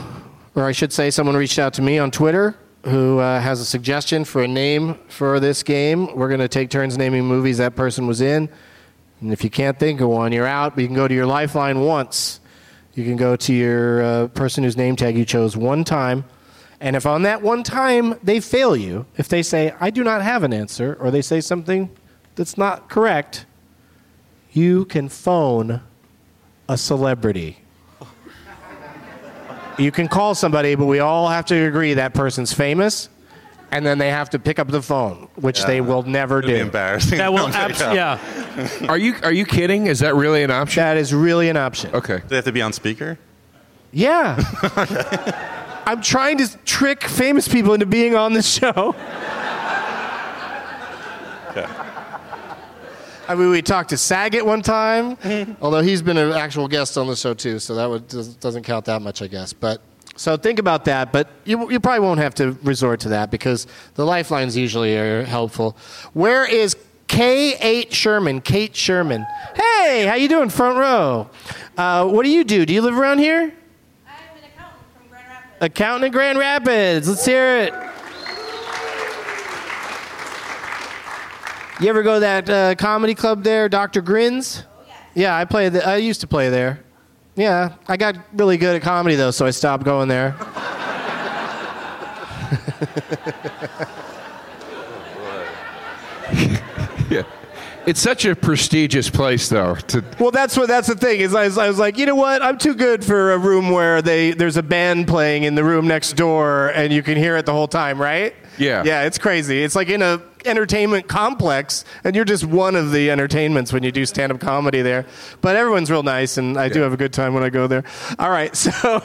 Speaker 2: or I should say, someone reached out to me on Twitter who uh, has a suggestion for a name for this game. We're going to take turns naming movies that person was in. And if you can't think of one, you're out. But you can go to your lifeline once. You can go to your uh, person whose name tag you chose one time. And if on that one time they fail you, if they say, I do not have an answer, or they say something that's not correct, you can phone a celebrity. You can call somebody, but we all have to agree that person's famous, and then they have to pick up the phone, which they will never
Speaker 4: It'd be
Speaker 2: do.
Speaker 4: embarrassing.
Speaker 6: That will
Speaker 4: Like,
Speaker 6: abs-
Speaker 4: uh,
Speaker 6: yeah.
Speaker 5: Are you are you kidding? Is that really an option?
Speaker 2: That is really an option.
Speaker 5: Okay.
Speaker 4: Do they have to be on speaker?
Speaker 2: Yeah. I'm trying to trick famous people into being on the show. I mean, we talked to Saget one time, although he's been an actual guest on the show too, so that would, does- doesn't count that much, I guess. But so think about that. But you, you probably won't have to resort to that because the lifelines usually are helpful. Where is K8 Sherman? Kate Sherman. Hey, how you doing, front row? Uh, what do you do? Do you live around here?
Speaker 9: I'm an accountant from Grand Rapids.
Speaker 2: Accountant in Grand Rapids. Let's hear it. You ever go to that uh, comedy club there, Dr. Grins? Yeah, I play. The, I used to play there. Yeah, I got really good at comedy though, so I stopped going there.
Speaker 5: Yeah. It's such a prestigious place, though. To,
Speaker 2: Well, that's what that's the thing is. I was, I was like, you know what? I'm too good for a room where they there's a band playing in the room next door and you can hear it the whole time, right?
Speaker 5: Yeah.
Speaker 2: Yeah, it's crazy. It's like in a entertainment complex, and you're just one of the entertainments when you do stand up comedy there. But everyone's real nice, and I do have a good time when I go there. All right, so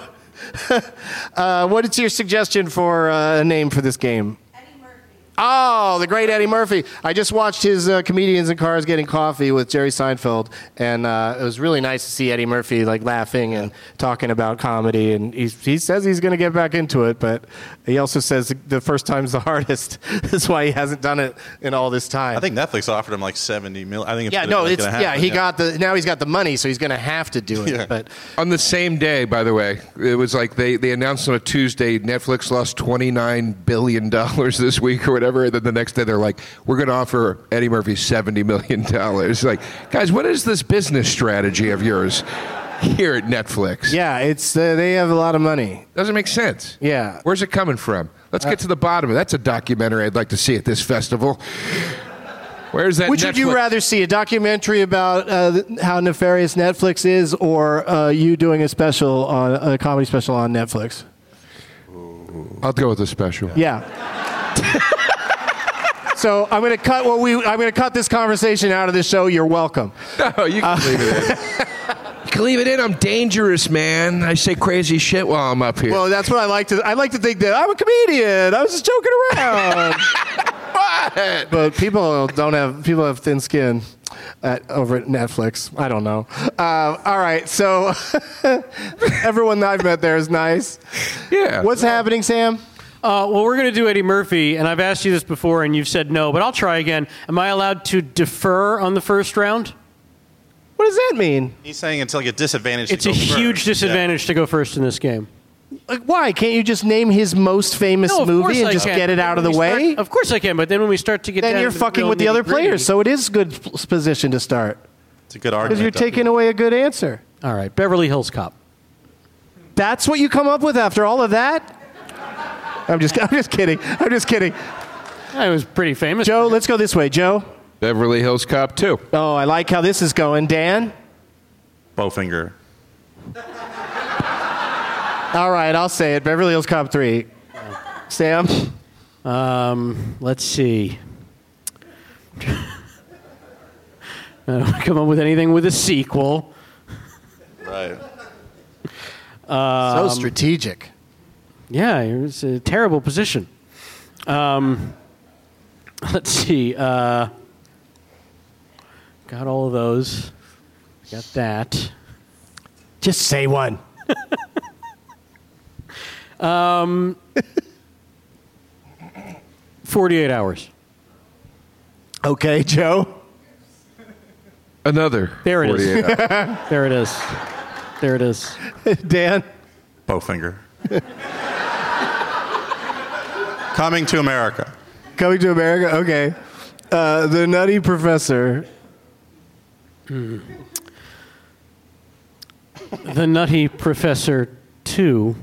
Speaker 2: uh, what is your suggestion for uh, a name for this game?
Speaker 9: Eddie Murphy.
Speaker 2: Oh, the great Eddie Murphy. I just watched his uh, Comedians in Cars Getting Coffee with Jerry Seinfeld, and uh, it was really nice to see Eddie Murphy like laughing and talking about comedy. And he, he says he's going to get back into it, but he also says the first time's the hardest. That's why he hasn't done it in all this time.
Speaker 4: I think Netflix offered him like 70 mil. I think it's
Speaker 2: yeah,
Speaker 4: gonna-
Speaker 2: no,
Speaker 4: it's
Speaker 2: it's
Speaker 4: gonna
Speaker 2: yeah.
Speaker 4: happen,
Speaker 2: He got the now he's got the money, so he's going to have to do it.
Speaker 4: Yeah.
Speaker 2: But
Speaker 5: on the same day, by the way, it was like they, they announced on a Tuesday Netflix lost $29 billion this week or whatever. And then the next day they're like, we're going to offer Eddie Murphy $70 million. Like, guys, what is this business strategy of yours here at Netflix?
Speaker 2: yeah, it's uh, they have a lot of money.
Speaker 5: Doesn't make sense.
Speaker 2: Yeah.
Speaker 5: Where's it coming from? Let's get to the bottom of it. That's a documentary I'd like to see at this festival. Where's that
Speaker 2: Which would you
Speaker 5: Netflix-
Speaker 2: rather see, a documentary about uh, th- how nefarious Netflix is, or uh, you doing a special on a comedy special on Netflix?
Speaker 5: I'll go with the special.
Speaker 2: Yeah. so I'm going to cut what we. I'm going to cut this conversation out of the show. You're welcome.
Speaker 5: No, you can leave it in. You can leave it in. I'm dangerous, man. I say crazy shit while I'm up here.
Speaker 2: Well, that's what I like to. I like to think that I'm a comedian. I was just joking around. but people don't have people have thin skin at, over at Netflix. I don't know. Uh, all right, so everyone that I've met there is nice.
Speaker 5: yeah.
Speaker 2: What's happening, Sam?
Speaker 6: Uh, well, we're going to do Eddie Murphy, and I've asked you this before, and you've said no, but I'll try again. Am I allowed to defer on the first round?
Speaker 2: What does that mean?
Speaker 4: He's saying it's like a disadvantage. to
Speaker 6: It's a
Speaker 4: go first.
Speaker 6: huge
Speaker 4: Yeah.
Speaker 6: disadvantage to go first in this game.
Speaker 2: Like, why can't you just name his most famous
Speaker 6: No, of course
Speaker 2: movie and
Speaker 6: I
Speaker 2: just
Speaker 6: can.
Speaker 2: get it
Speaker 6: But
Speaker 2: out of the
Speaker 6: when we
Speaker 2: way?
Speaker 6: start- of course I can, but then when we start to get
Speaker 2: then
Speaker 6: down
Speaker 2: you're
Speaker 6: to
Speaker 2: fucking
Speaker 6: real
Speaker 2: with the other
Speaker 6: nitty-gritty-
Speaker 2: players, so it is good p- position to start
Speaker 4: It's a good argument.
Speaker 2: because you're
Speaker 4: though.
Speaker 2: taking away a good answer.
Speaker 6: all right, Beverly Hills Cop.
Speaker 2: That's what you come up with after all of that? I'm just, I'm just kidding. I'm just kidding.
Speaker 6: I was pretty famous.
Speaker 2: Joe, let's go this way. Joe.
Speaker 5: Beverly Hills Cop 2.
Speaker 2: Oh, I like how this is going. Dan.
Speaker 4: Bowfinger.
Speaker 2: All right, I'll say it. Beverly Hills Cop Three. Sam.
Speaker 6: Um, let's see. I don't wanna come up with anything with a sequel.
Speaker 4: Right.
Speaker 10: so
Speaker 2: Um,
Speaker 10: strategic.
Speaker 6: Yeah, it was a terrible position. Um, let's see. Uh, got all of those. Got that.
Speaker 2: Just say one.
Speaker 6: Forty-eight hours.
Speaker 2: Okay, Joe.
Speaker 5: Another.
Speaker 6: There it is.
Speaker 5: 48 hours.
Speaker 6: There it is. There it is.
Speaker 2: Dan.
Speaker 4: Bowfinger. Coming to America.
Speaker 2: Coming to America. Okay. Uh, the Nutty Professor.
Speaker 6: The Nutty Professor Two: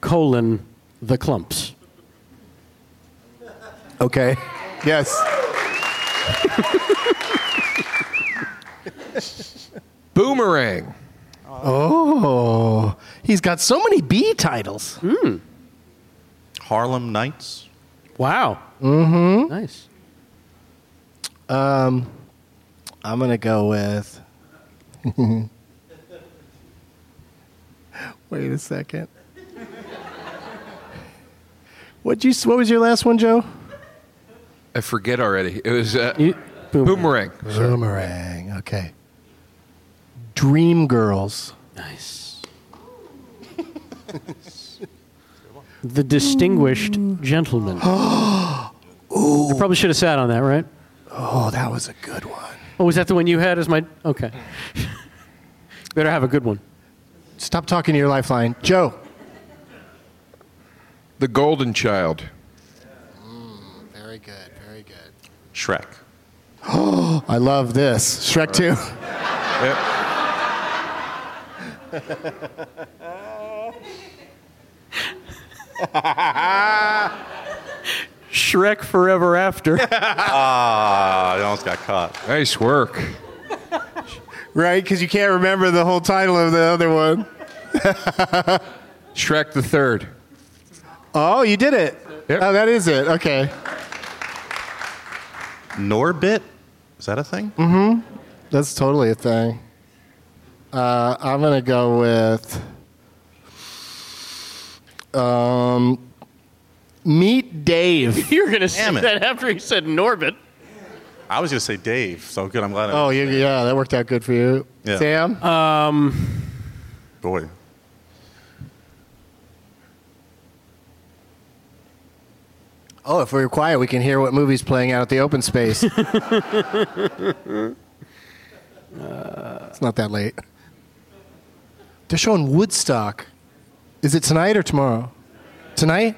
Speaker 6: colon the clumps.
Speaker 2: Okay. Yes.
Speaker 5: Boomerang.
Speaker 2: Oh, he's got so many B titles.
Speaker 4: Harlem Nights.
Speaker 6: Wow. Mm-hmm. Nice.
Speaker 2: Um, I'm gonna go with. Wait a second. What you? s- What was your last one, Joe?
Speaker 5: I forget already. It was uh,
Speaker 6: You- boom.
Speaker 5: Boomerang.
Speaker 2: Boomerang. Okay. Dream Girls.
Speaker 6: Nice. the distinguished gentleman. I probably should have sat on that, right?
Speaker 2: Oh, that was a good one.
Speaker 6: Oh, was that the one you had as my? Okay. Better have a good one.
Speaker 2: Stop talking to your lifeline, Joe.
Speaker 5: The Golden Child.
Speaker 10: Very good. Very good.
Speaker 4: Shrek.
Speaker 2: I love this Shrek Two.
Speaker 6: Shrek Forever After.
Speaker 4: Ah, I almost got caught.
Speaker 5: Nice work.
Speaker 2: Right? Because you can't remember the whole title of the other one.
Speaker 5: Shrek the Third.
Speaker 2: Oh, you did it.
Speaker 5: Yep.
Speaker 2: Oh, that is it. Okay.
Speaker 4: Norbit? Is that a thing?
Speaker 10: That's totally a thing. Uh, I'm gonna go with um, Meet Dave.
Speaker 6: You're gonna say
Speaker 4: Damn it.
Speaker 6: that after he said Norbit.
Speaker 4: I was going to say Dave, so good. I'm glad I.
Speaker 10: Oh, you, yeah, that worked out good for you,
Speaker 4: Yeah.
Speaker 10: Sam.
Speaker 2: Uh,
Speaker 4: Boy.
Speaker 10: oh, if we're quiet, we can hear what movie's playing out at the open space.
Speaker 2: Uh, It's not that late. They're showing Woodstock. Is it tonight or tomorrow? Tonight?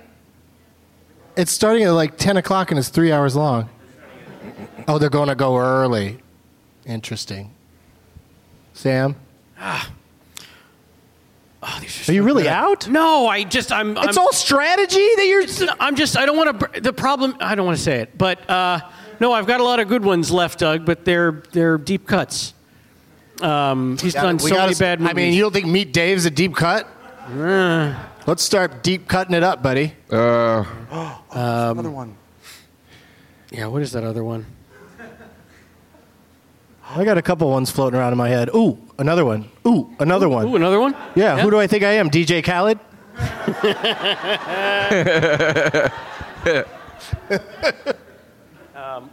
Speaker 2: It's starting at like 10 o'clock and it's three hours long. Oh, they're going to go early. Interesting. Sam?
Speaker 6: Oh,
Speaker 2: Are you really out?
Speaker 6: No, I just I'm.
Speaker 2: It's
Speaker 6: I'm,
Speaker 2: all strategy that you're.
Speaker 6: It's- I'm just. I don't want to. The problem. I don't want to say it, but uh, no, I've got a lot of good ones left, Doug. But they're they're deep cuts. Um, he's done so many bad movies.
Speaker 10: I mean, you don't think Meet Dave's a deep cut?
Speaker 2: Let's start deep cutting it up, buddy.
Speaker 5: Uh,
Speaker 4: Another one.
Speaker 6: yeah. What is that other one?
Speaker 2: I got a couple ones floating around in my head. Ooh, another one. Ooh, another one.
Speaker 6: Ooh, another one.
Speaker 2: yeah, who do I think I am? DJ Khaled?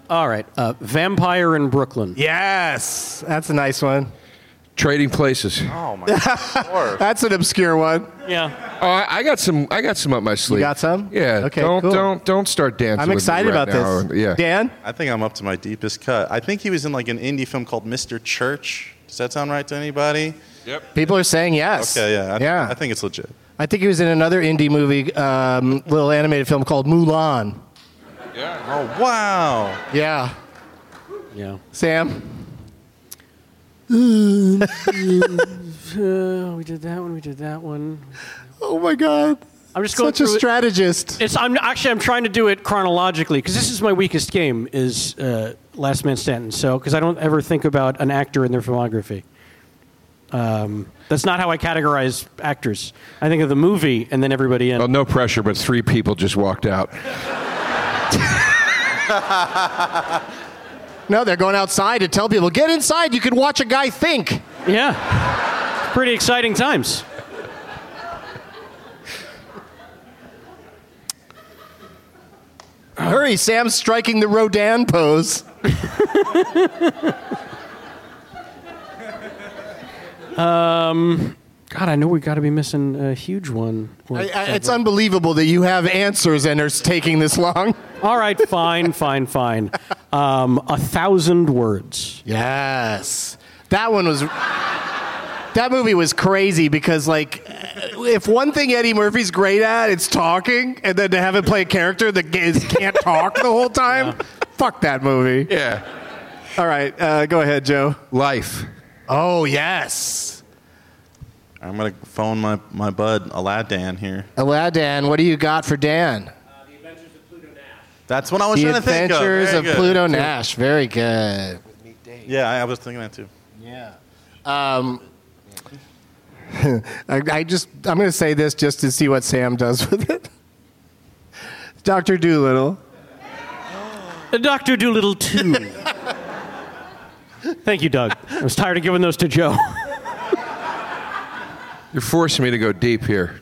Speaker 6: All right. Uh, Vampire in Brooklyn.
Speaker 2: Yes. That's a nice one.
Speaker 5: Trading Places.
Speaker 4: Oh, my
Speaker 2: That's an obscure one.
Speaker 6: Yeah.
Speaker 5: Oh, I, I got some. I got some up my sleeve.
Speaker 2: got some?
Speaker 5: Yeah.
Speaker 2: Okay,
Speaker 5: Don't
Speaker 2: cool.
Speaker 5: don't don't start dancing.
Speaker 2: I'm
Speaker 5: with me
Speaker 2: excited
Speaker 5: right
Speaker 2: about this.
Speaker 5: now. Yeah.
Speaker 2: Dan?
Speaker 4: I think I'm up to my deepest cut. I think he was in like an indie film called Mr. Church. Does that sound right to anybody?
Speaker 10: People are saying yes.
Speaker 4: Okay, yeah. I,
Speaker 10: yeah.
Speaker 4: I think it's legit.
Speaker 2: I think he was in another indie movie, um, little animated film called Mulan.
Speaker 4: Oh wow!
Speaker 2: Yeah.
Speaker 6: Yeah.
Speaker 2: Sam?
Speaker 6: Uh, we did that one. We did that one.
Speaker 2: Oh my God.
Speaker 6: I'm just going
Speaker 2: Such a
Speaker 6: through it.
Speaker 2: strategist.
Speaker 6: It's, I'm actually I'm trying to do it chronologically because this is my weakest game is uh, Last Man Standing. So because I don't ever think about an actor in their filmography. Um, that's not how I categorize actors. I think of the movie and then everybody in.
Speaker 2: Oh.
Speaker 5: Well, no pressure, but three people just walked out.
Speaker 2: No, they're going outside to tell people, get inside, you can watch a guy think.
Speaker 6: Yeah, pretty exciting times.
Speaker 2: Hurry, Sam's striking the Rodan pose.
Speaker 6: God, I know we got to be missing a huge one. or
Speaker 2: I, I, it's
Speaker 6: several.
Speaker 2: unbelievable that you have answers and are taking this long.
Speaker 6: All right, fine, fine, fine. Um, a thousand words.
Speaker 2: Yes. That one was. That movie was crazy because, like, uh, if one thing Eddie Murphy's great at, it's talking, and then to have him play a character that is, can't talk the whole time, fuck that movie.
Speaker 5: Yeah.
Speaker 2: All right, uh, go ahead, Joe.
Speaker 5: Life.
Speaker 2: Oh, yes.
Speaker 4: I'm gonna phone my my bud Aladdin here.
Speaker 2: Aladdin, what do you got for Dan?
Speaker 4: That's what I was
Speaker 2: The
Speaker 4: trying to think of.
Speaker 2: Adventures
Speaker 4: Very
Speaker 2: of
Speaker 4: good.
Speaker 2: Pluto Nash. Very good.
Speaker 4: Yeah, I I was thinking that too.
Speaker 2: Yeah. Um, I, I just I'm going to say this just to see what Sam does with it. Doctor Doolittle.
Speaker 6: A Doctor Doolittle two. Thank you, Doug. I was tired of giving those to Joe.
Speaker 5: You're forcing me to go deep here.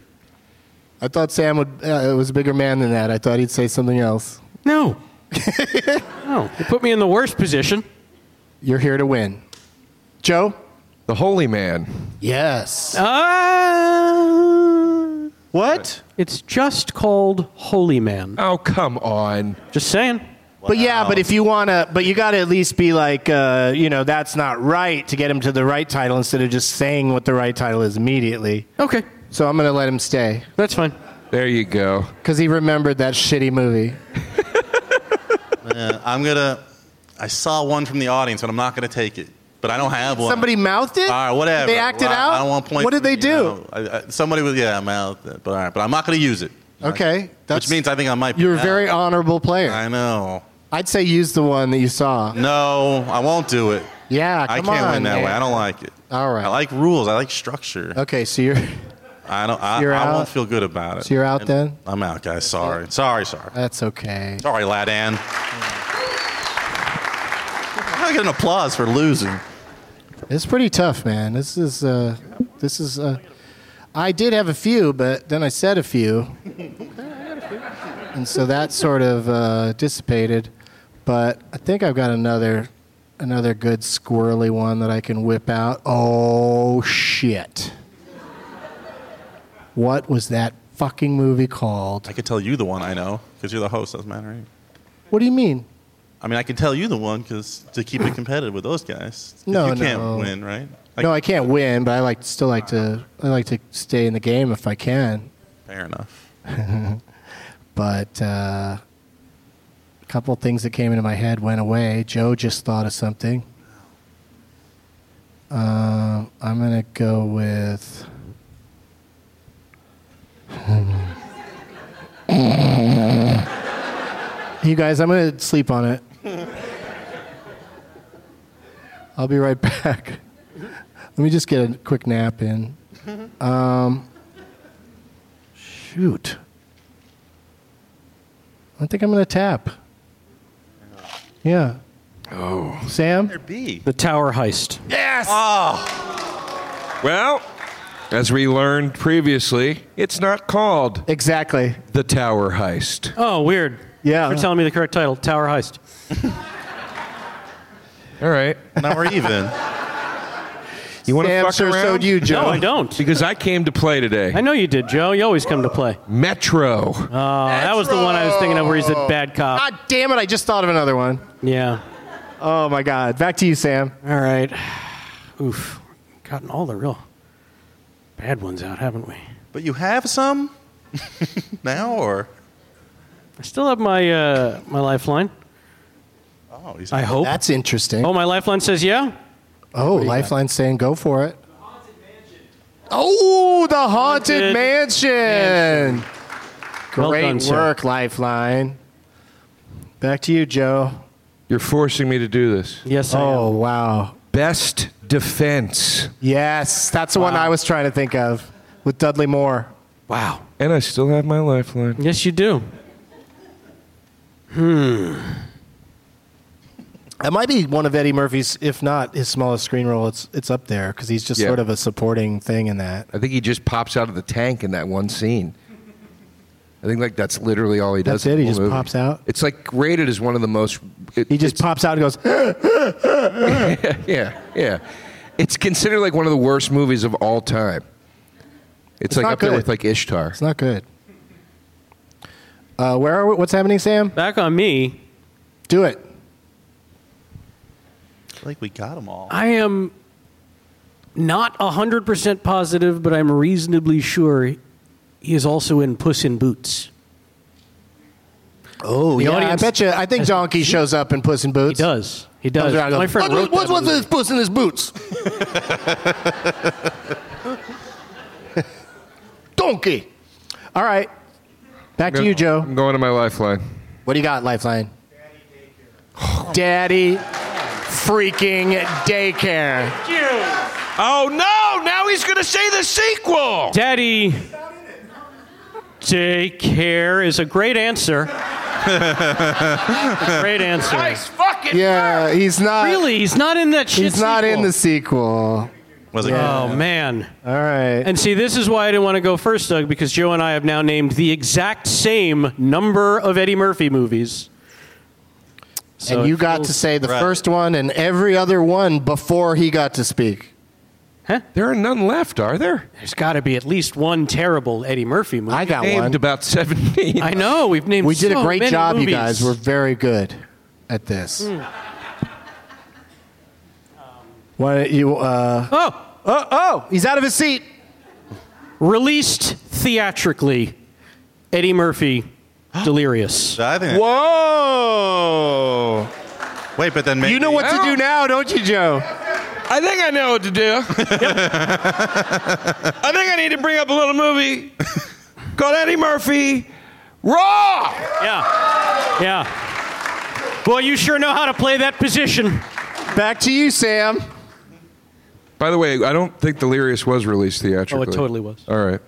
Speaker 2: I thought Sam would uh, was a bigger man than that. I thought he'd say something else.
Speaker 6: No. no. You put me in the worst position.
Speaker 2: You're here to win, Joe.
Speaker 5: The Holy Man.
Speaker 2: Yes.
Speaker 6: Uh,
Speaker 2: what?
Speaker 6: it's just called Holy Man.
Speaker 5: Oh, come on.
Speaker 6: Just saying.
Speaker 2: But yeah, but if you want to, but you got to at least be like, uh, you know, that's not right to get him to the right title instead of just saying what the right title is immediately.
Speaker 6: Okay.
Speaker 2: So I'm going to let him stay
Speaker 6: That's fine.
Speaker 5: There you go.
Speaker 2: because he remembered that shitty movie.
Speaker 4: Yeah, I'm gonna. I saw one from the audience, but I'm not gonna take it. But I don't have one.
Speaker 2: Somebody mouthed it.
Speaker 4: All right, whatever.
Speaker 2: They acted
Speaker 4: Well, I-
Speaker 2: out.
Speaker 4: I don't want to point.
Speaker 2: What did they
Speaker 4: you
Speaker 2: do?
Speaker 4: know, I- I- somebody was yeah, I'm out. But all right, but I'm not gonna use it.
Speaker 2: Okay,
Speaker 4: Which means I think I might. be
Speaker 2: you're a
Speaker 4: out.
Speaker 2: very honorable player.
Speaker 4: I know.
Speaker 2: I'd say use the one that you saw.
Speaker 4: No, I won't do it.
Speaker 2: Yeah,
Speaker 4: I
Speaker 2: come
Speaker 4: can't
Speaker 2: on,
Speaker 4: win that
Speaker 2: man.
Speaker 4: way. I don't like it.
Speaker 2: All right.
Speaker 4: I like rules. I like structure.
Speaker 2: Okay, so you're
Speaker 4: I don't. I,
Speaker 2: You're
Speaker 4: I
Speaker 2: out?
Speaker 4: won't feel good about it.
Speaker 2: So you're out then?
Speaker 4: I'm out, guys. Sorry. Sorry. Sorry.
Speaker 2: that's okay.
Speaker 4: Sorry, Ladan. I get an applause for losing.
Speaker 2: It's pretty tough, man. This is uh, this is. Uh, I did have a few, but then I said a few, and so that sort of uh, dissipated. But I think I've got another another good squirrely one that I can whip out. Oh shit! What was that fucking movie called?
Speaker 4: I could tell you the one I know because you're the host. Doesn't matter. Right?
Speaker 2: What do you mean?
Speaker 4: I mean, I could tell you the one because to keep it competitive with those guys, 'Cause
Speaker 2: No,
Speaker 4: you
Speaker 2: no.
Speaker 4: can't win, right? Like,
Speaker 2: no, I can't win, but I like still like to I like to stay in the game if I can.
Speaker 4: fair enough.
Speaker 2: But uh, a couple things that came into my head went away. Joe just thought of something. Uh, I'm gonna go with. you guys, I'm gonna sleep on it. I'll be right back. Let me just get a quick nap in. Um, shoot. I think I'm going to tap. Yeah. Oh. Sam?
Speaker 4: B.
Speaker 6: The Tower Heist.
Speaker 5: Well, as we learned previously, it's not called
Speaker 2: Exactly.
Speaker 5: The Tower Heist.
Speaker 6: Oh, weird.
Speaker 2: Yeah.
Speaker 6: You're telling me the correct title, Tower Heist.
Speaker 5: All right.
Speaker 4: Now we're even.
Speaker 5: You want to
Speaker 2: Sam
Speaker 5: fuck
Speaker 2: sure
Speaker 5: around?
Speaker 2: showed you, Joe.
Speaker 6: No, I don't.
Speaker 5: Because I Uh. came to play
Speaker 6: I
Speaker 5: today.
Speaker 6: know you did, Joe. You always come to play.
Speaker 5: Metro.
Speaker 6: Oh, that was the one I was thinking of where he's a bad cop.
Speaker 2: God damn it, I just thought of another one.
Speaker 6: Yeah.
Speaker 2: Oh, my God. Back to you, Sam.
Speaker 6: All right. Oof. Gotten all the real bad ones out, haven't we?
Speaker 4: But you have some now, or
Speaker 6: I still have my uh, my lifeline.
Speaker 4: oh, he's
Speaker 6: I hope.
Speaker 2: That's interesting.
Speaker 6: Oh,
Speaker 2: Oh,
Speaker 6: my lifeline says yeah.
Speaker 2: Lifeline's saying go for it. Oh, the haunted
Speaker 6: Haunted
Speaker 2: mansion.
Speaker 6: Well
Speaker 2: Great
Speaker 6: done, sir.
Speaker 2: work, Lifeline. Back to you, Joe.
Speaker 5: You're forcing me to do this.
Speaker 6: Yes, I am.
Speaker 2: Oh, wow.
Speaker 5: Best defense.
Speaker 2: Yes, that's the one I was trying to think of with Dudley Moore.
Speaker 6: Wow.
Speaker 5: And I still have my lifeline.
Speaker 6: Yes, you do.
Speaker 2: That might be one of Eddie Murphy's, if not his smallest screen role. It's it's up there because he's just
Speaker 5: Yeah.
Speaker 2: sort of a supporting thing in that.
Speaker 5: I think he just pops out of the tank in that one scene. I think like that's literally all he does.
Speaker 2: That's it,
Speaker 5: in the
Speaker 2: he
Speaker 5: whole
Speaker 2: just
Speaker 5: movie.
Speaker 2: pops out?
Speaker 5: It's like rated as one of the most. it-
Speaker 2: He just
Speaker 5: it's-
Speaker 2: pops out and goes,
Speaker 5: yeah yeah. It's considered like one of the worst movies of all time. It's, like
Speaker 2: not
Speaker 5: up there
Speaker 2: good.
Speaker 5: with like Ishtar.
Speaker 2: "It's not good." Uh, where are we? What's happening, Sam?
Speaker 6: Back on me.
Speaker 2: Do it.
Speaker 4: like we got them all.
Speaker 6: I am not 100% positive, but I'm reasonably sure he is also in Puss in Boots.
Speaker 2: Oh,
Speaker 6: The
Speaker 2: yeah.
Speaker 6: audience-
Speaker 2: I bet you. I think Donkey shows up in Puss in Boots.
Speaker 6: He does. He does.
Speaker 2: Comes around and
Speaker 6: My
Speaker 2: goes,
Speaker 6: friend
Speaker 2: "What-
Speaker 6: wrote
Speaker 2: what's
Speaker 6: that
Speaker 2: with
Speaker 6: movie.
Speaker 2: this puss in his boots? Donkey. All right. Back to you, Joe.
Speaker 5: I'm going to my lifeline.
Speaker 2: What do you got, Lifeline? Daddy freaking daycare.
Speaker 11: Oh no! Now he's going to say the sequel.
Speaker 6: Daddy, take care is a great answer. great answer.
Speaker 11: fucking
Speaker 2: Yeah, he's not.
Speaker 6: Really, he's not in that shit.
Speaker 2: He's not in the
Speaker 6: sequel.
Speaker 2: sequel.
Speaker 4: Was it?
Speaker 6: Oh man.
Speaker 2: All right.
Speaker 6: And see, this is why I didn't want to go first, Doug, because Joe and I have now named the exact same number of Eddie Murphy movies. So
Speaker 2: and
Speaker 6: it
Speaker 2: you got
Speaker 6: feels-
Speaker 2: to say the
Speaker 4: Right.
Speaker 2: first one and every other one before he got to speak.
Speaker 5: There are none left, are there?
Speaker 6: There's got to be at least one terrible Eddie Murphy movie.
Speaker 2: I got
Speaker 5: Named
Speaker 2: one.
Speaker 5: about 17.
Speaker 6: I know we've named.
Speaker 2: We did
Speaker 6: so
Speaker 2: a great
Speaker 6: many
Speaker 2: job, you
Speaker 6: movies.
Speaker 2: guys. We're very good at this. Why don't you? Uh,
Speaker 6: oh,
Speaker 2: oh, oh, he's out of his seat.
Speaker 6: released theatrically, Eddie Murphy, Delirious.
Speaker 4: I think.
Speaker 2: Whoa!
Speaker 4: Wait, but then maybe
Speaker 2: You know what to do now, don't you, Joe?
Speaker 5: I think I know what to do. I think I need to bring up a little movie called Eddie Murphy Raw.
Speaker 6: Yeah, yeah. Boy, you sure know how to play that position.
Speaker 2: Back to you, Sam.
Speaker 5: By the way, I don't think Delirious was released
Speaker 6: Oh,
Speaker 5: theatrically.
Speaker 6: it totally was.
Speaker 5: All right.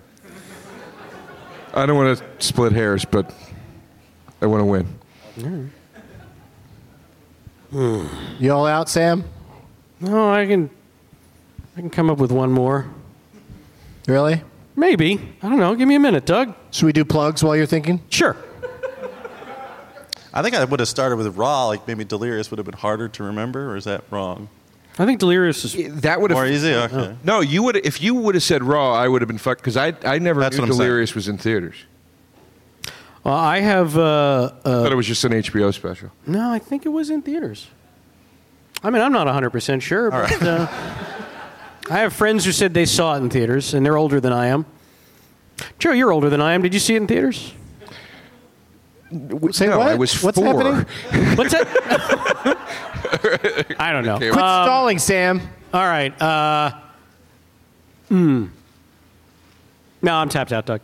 Speaker 5: I don't want to split hairs, but I want to win.
Speaker 2: You all out, Sam?
Speaker 6: No, I can, I can come up with one more.
Speaker 2: Really?
Speaker 6: Maybe I don't know. Give me a minute, Doug.
Speaker 2: Should we do plugs while you're thinking?
Speaker 6: Sure.
Speaker 4: I think I would have started with raw. Like maybe delirious would have been harder to remember, or is that wrong?
Speaker 6: I think Delirious is.
Speaker 5: That would
Speaker 4: More
Speaker 5: have.
Speaker 4: easy. Okay.
Speaker 5: No, you would if you would have said Raw, I would have been fucked because I I never
Speaker 4: That's
Speaker 5: knew
Speaker 4: what I'm saying.
Speaker 5: Delirious was in theaters.
Speaker 6: Uh, I have. Uh,
Speaker 5: I
Speaker 6: uh,
Speaker 5: thought it was just an HBO special.
Speaker 6: no, I think it was in theaters. I mean, I'm not 100% sure, but uh, I have friends who said they saw it in theaters, and they're older than I am. Joe, you're older than I am. Did you see it in theaters?
Speaker 2: Say
Speaker 5: no,
Speaker 2: what?
Speaker 5: I was
Speaker 2: What's
Speaker 5: four.
Speaker 2: happening?
Speaker 6: What's that? I don't know.
Speaker 2: Quit
Speaker 5: Um,
Speaker 2: stalling, Sam.
Speaker 6: All right. Uh, hmm. No, I'm tapped out, Doug.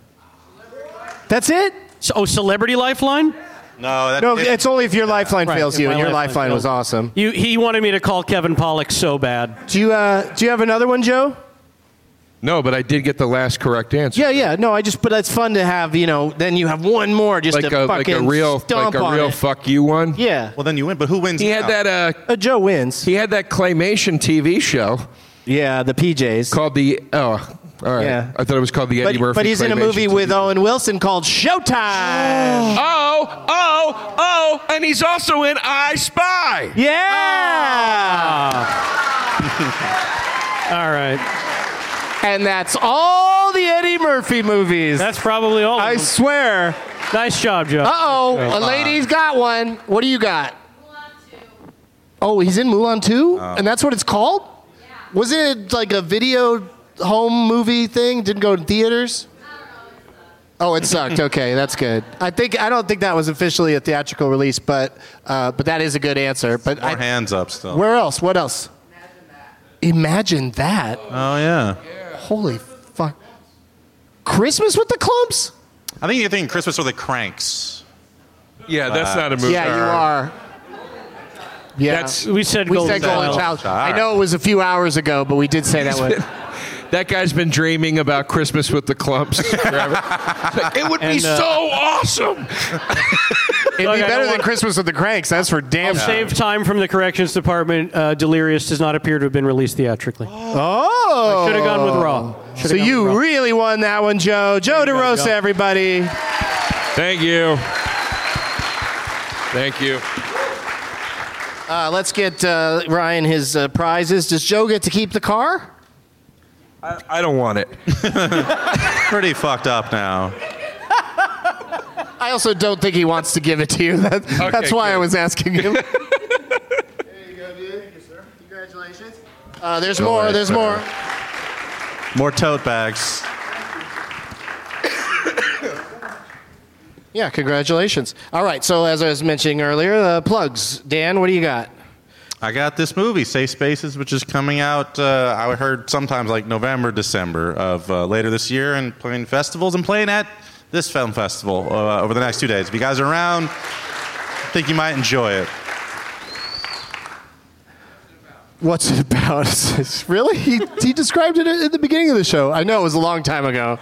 Speaker 2: That's it?
Speaker 6: So, oh, Celebrity Lifeline?
Speaker 4: No, that,
Speaker 2: No,
Speaker 4: it-
Speaker 2: it's only if your lifeline
Speaker 6: Right,
Speaker 2: fails
Speaker 6: if
Speaker 2: you,
Speaker 6: my
Speaker 2: and your
Speaker 6: lifeline
Speaker 2: lifeline was
Speaker 6: fails.
Speaker 2: awesome.
Speaker 6: You, he wanted me to call Kevin Pollock so bad.
Speaker 2: Do you uh, do you have another one, Joe?
Speaker 5: No, but I did get the last correct answer.
Speaker 2: Yeah, yeah. No, I just but it's fun to have. You know, then you have one more just
Speaker 5: like
Speaker 2: to
Speaker 5: a like
Speaker 2: fucking
Speaker 5: a real
Speaker 2: stomp
Speaker 5: like a
Speaker 2: on
Speaker 5: real
Speaker 2: it.
Speaker 5: fuck you one.
Speaker 2: yeah.
Speaker 4: well, then you win. But who wins?
Speaker 5: He had
Speaker 4: now?
Speaker 5: that uh
Speaker 2: Uh, Joe wins.
Speaker 5: he had that claymation TV show
Speaker 2: Yeah, the PJs.
Speaker 5: called the oh all right.
Speaker 2: Yeah.
Speaker 5: I thought it was called the Eddie
Speaker 2: but,
Speaker 5: Murphy.
Speaker 2: but he's in a
Speaker 5: claymation
Speaker 2: movie
Speaker 5: TV
Speaker 2: with Owen Wilson called Showtime.
Speaker 5: Oh, oh, oh, and he's also in I Spy.
Speaker 2: Yeah.
Speaker 6: All right.
Speaker 2: And that's all the Eddie Murphy movies.
Speaker 6: That's probably all. of
Speaker 2: I
Speaker 6: them.
Speaker 2: swear.
Speaker 6: nice job, Joe.
Speaker 2: Uh oh, a lady's got one. What do you got?
Speaker 12: Mulan 2.
Speaker 2: Oh, he's in Mulan 2?
Speaker 4: Oh.
Speaker 2: And that's what it's called? Was it like a video home movie thing? Didn't go to theaters?
Speaker 12: Um,
Speaker 2: Oh, it sucked. Okay, that's good. I think I don't think that was officially a theatrical release, but uh, but that is a good answer. But
Speaker 4: More
Speaker 2: I,
Speaker 4: hands up still.
Speaker 2: where else? What else? Imagine that.
Speaker 4: oh yeah.
Speaker 2: Holy fuck! Christmas with the Clumps?
Speaker 4: I think you're thinking Christmas with the Cranks.
Speaker 5: Yeah, that's not a movie.
Speaker 2: Yeah, you are. Yeah,
Speaker 5: That's-
Speaker 13: We said
Speaker 2: we
Speaker 13: Golden
Speaker 2: said Golden
Speaker 13: Child.
Speaker 2: Child. I know it was a few hours ago, but we did say that one.
Speaker 5: That guy's been dreaming about Christmas with the Clumps forever. It's like, it would
Speaker 13: And,
Speaker 5: be
Speaker 13: uh,
Speaker 5: so awesome.
Speaker 2: It'd
Speaker 13: Look, I don't
Speaker 2: be better than
Speaker 13: wanna-
Speaker 2: Christmas with the Cranks. That's for damn sure.
Speaker 6: Save time from the corrections department. Uh, Delirious does not appear to have been released theatrically.
Speaker 2: Oh,
Speaker 6: Should have gone with Raw. Should've
Speaker 2: So
Speaker 6: gone
Speaker 2: you
Speaker 6: with Raw.
Speaker 2: really won that one, Joe. Joe DeRosa,
Speaker 6: Joe.
Speaker 2: everybody.
Speaker 5: Thank you. Thank you.
Speaker 2: Uh, let's get uh, Ryan his uh, prizes. Does Joe get to keep the car?
Speaker 5: I, I don't want it.
Speaker 4: Pretty fucked up now.
Speaker 2: I also don't think he wants to give it to you. That- that's why I
Speaker 5: good.
Speaker 2: was asking him.
Speaker 14: There you go, dude. Thank you, sir. Congratulations.
Speaker 2: Uh, there's more.
Speaker 4: ahead,
Speaker 2: There's
Speaker 4: sir.
Speaker 2: more.
Speaker 4: More tote bags.
Speaker 2: Yeah, congratulations. All right. So as I was mentioning earlier, uh, plugs. Dan, what do you got?
Speaker 4: I got this movie, Safe Spaces, which is coming out. Uh, I heard sometimes like November, December of uh, later this year, and playing festivals and playing at this film festival uh, over the next two days. If you guys are around, I think you might enjoy it.
Speaker 2: What's it about? really? He, he described it at the beginning of the show. I know it was a long time ago.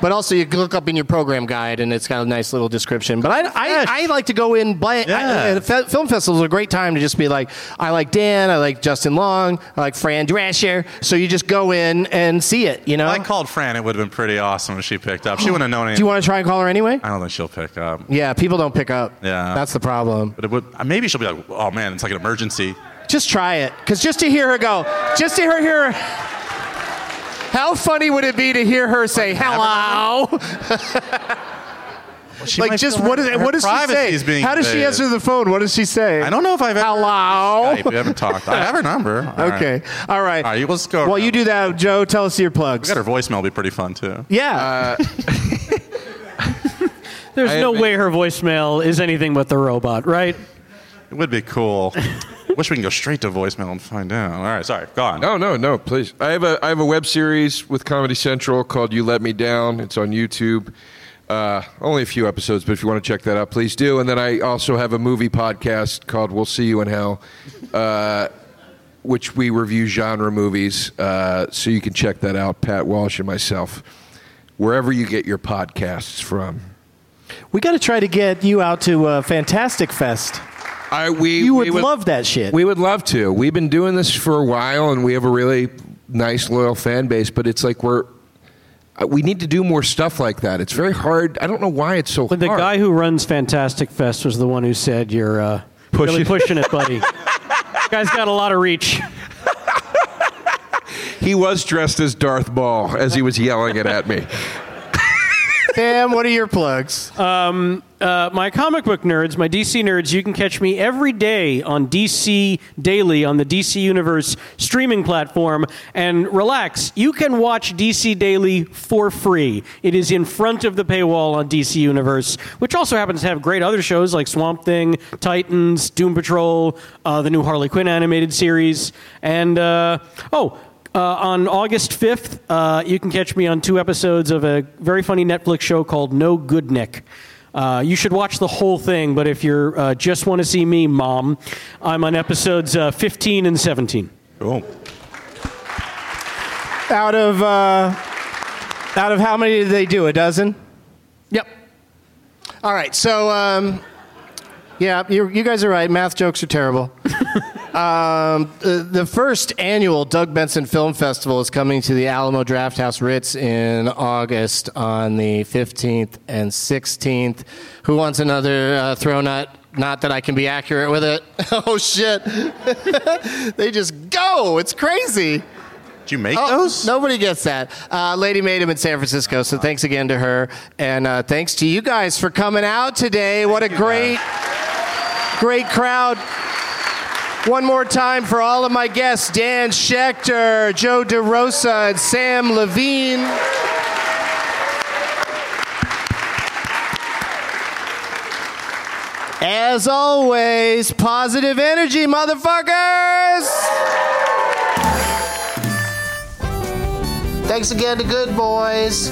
Speaker 2: But also, you can look up in your program guide, and it's got a nice little description. But I, I, I like to go in blank. I,
Speaker 4: Yeah.
Speaker 2: uh, fe- film festivals are a great time to just be like, I like Dan, I like Justin Long, I like Fran Drescher. So you just go in and see it, you know?
Speaker 4: I called Fran. It would have been pretty awesome if she picked up. She wouldn't have known
Speaker 2: Oh. Do you
Speaker 4: anything.
Speaker 2: want to try and call her anyway?
Speaker 4: I don't think she'll pick up.
Speaker 2: Yeah, people don't pick up.
Speaker 4: Yeah.
Speaker 2: That's the problem.
Speaker 4: But it would, maybe she'll be like, oh man, it's like an emergency.
Speaker 2: Just try it. Because just to hear her go, just to hear her. How funny would it be to hear her say hello?
Speaker 4: She
Speaker 2: Like
Speaker 4: might
Speaker 2: just
Speaker 4: feel
Speaker 2: what
Speaker 4: her-
Speaker 2: is it?
Speaker 4: her
Speaker 2: what does she
Speaker 4: privacy is
Speaker 2: say?
Speaker 4: being
Speaker 2: How does she
Speaker 4: invaded.
Speaker 2: answer the phone? What does she say?
Speaker 4: I don't know if I've ever.
Speaker 2: Hello.
Speaker 4: Skype, we haven't talked. I have her number. All right.
Speaker 2: Okay. All right.
Speaker 4: All right, let's go.
Speaker 2: While you do that, Joe, tell us your
Speaker 4: We Uh,
Speaker 2: plugs.
Speaker 4: got her voicemail. It'll Be pretty fun too.
Speaker 2: yeah.
Speaker 6: There's
Speaker 5: I
Speaker 6: no
Speaker 5: have-
Speaker 6: way her voicemail is anything but the robot, right?
Speaker 4: It would be cool. Wish we can go straight to voicemail and find out. All right, sorry, go on.
Speaker 5: Oh, No, no, no, please. I have a I have a web series with Comedy Central called You Let Me Down. It's on YouTube. Uh, only a few episodes, but if you want to check that out, please do. And then I also have a movie podcast called We'll See You in Hell, uh, which we review genre movies. Uh, so you can check that out, Pat Walsh and myself, wherever you get your podcasts from.
Speaker 2: we got to try to get you out to uh, Fantastic Fest.
Speaker 5: I, we,
Speaker 2: You
Speaker 5: we
Speaker 2: would love that shit.
Speaker 5: We would love to. We've been doing this for a while, and we have a really nice, loyal fan base. But it's like we're uh, we need to do more stuff like that. It's very hard. I don't know why it's so
Speaker 6: But the
Speaker 5: hard.
Speaker 6: guy who runs Fantastic Fest was the one who said you're uh, really pushing it, buddy. Guy's got a lot of reach.
Speaker 5: he was dressed as Darth Ball as he was yelling it at me.
Speaker 2: Sam, what are your plugs?
Speaker 6: Uh, my comic book nerds, my DC nerds, you can catch me every day on DC Daily on the DC Universe streaming platform. And relax, you can watch DC Daily for free. It is in front of the paywall on DC Universe, which also happens to have great other shows like Swamp Thing, Titans, Doom Patrol, uh, the new Harley Quinn animated series, and uh, oh. Uh, on August 5th, uh, you can catch me on two episodes of a very funny Netflix show called No Good Nick. Uh, you should watch the whole thing, but if you uh, just want to see me, Mom, I'm on episodes uh, 15 and 17.
Speaker 4: Cool.
Speaker 2: out of uh, out of how many did they do? A dozen.
Speaker 6: Yep.
Speaker 2: All right. So, um, yeah, you you guys are right. Math jokes are terrible. um, the, the first annual Doug Benson Film Festival is coming to the Alamo Drafthouse Ritz in August on the 15th and 16th. Who wants another uh, throw nut? Not that I can be accurate with it. oh, shit. they just go. It's crazy.
Speaker 4: Did you make
Speaker 2: Oh,
Speaker 4: those?
Speaker 2: Nobody gets that. Uh, Lady made him in San Francisco, so thanks again to her, and uh, thanks to you guys for coming out today. what a great, great crowd. One more time for all of my guests: Dan Schechter, Joe DeRosa, and Sam Levine.
Speaker 7: As always, positive energy, motherfuckers! Thanks again to Good Boys.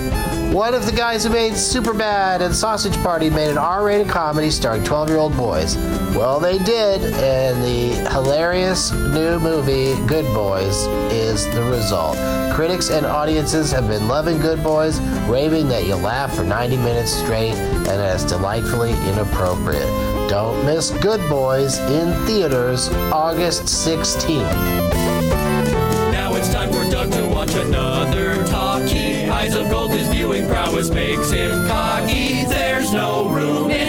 Speaker 7: One of the guys who made Superbad and Sausage Party made an R rated comedy starring 12 year old boys. Well, they did, and the hilarious new movie, Good Boys, is the result. Critics and audiences have been loving Good Boys, raving that you laugh for 90 minutes straight and that it's delightfully inappropriate. Don't miss Good Boys in theaters August 16th.
Speaker 1: Now it's time for Doug to watch another talkie. Eyes of gold, his viewing prowess makes him cocky. There's no room in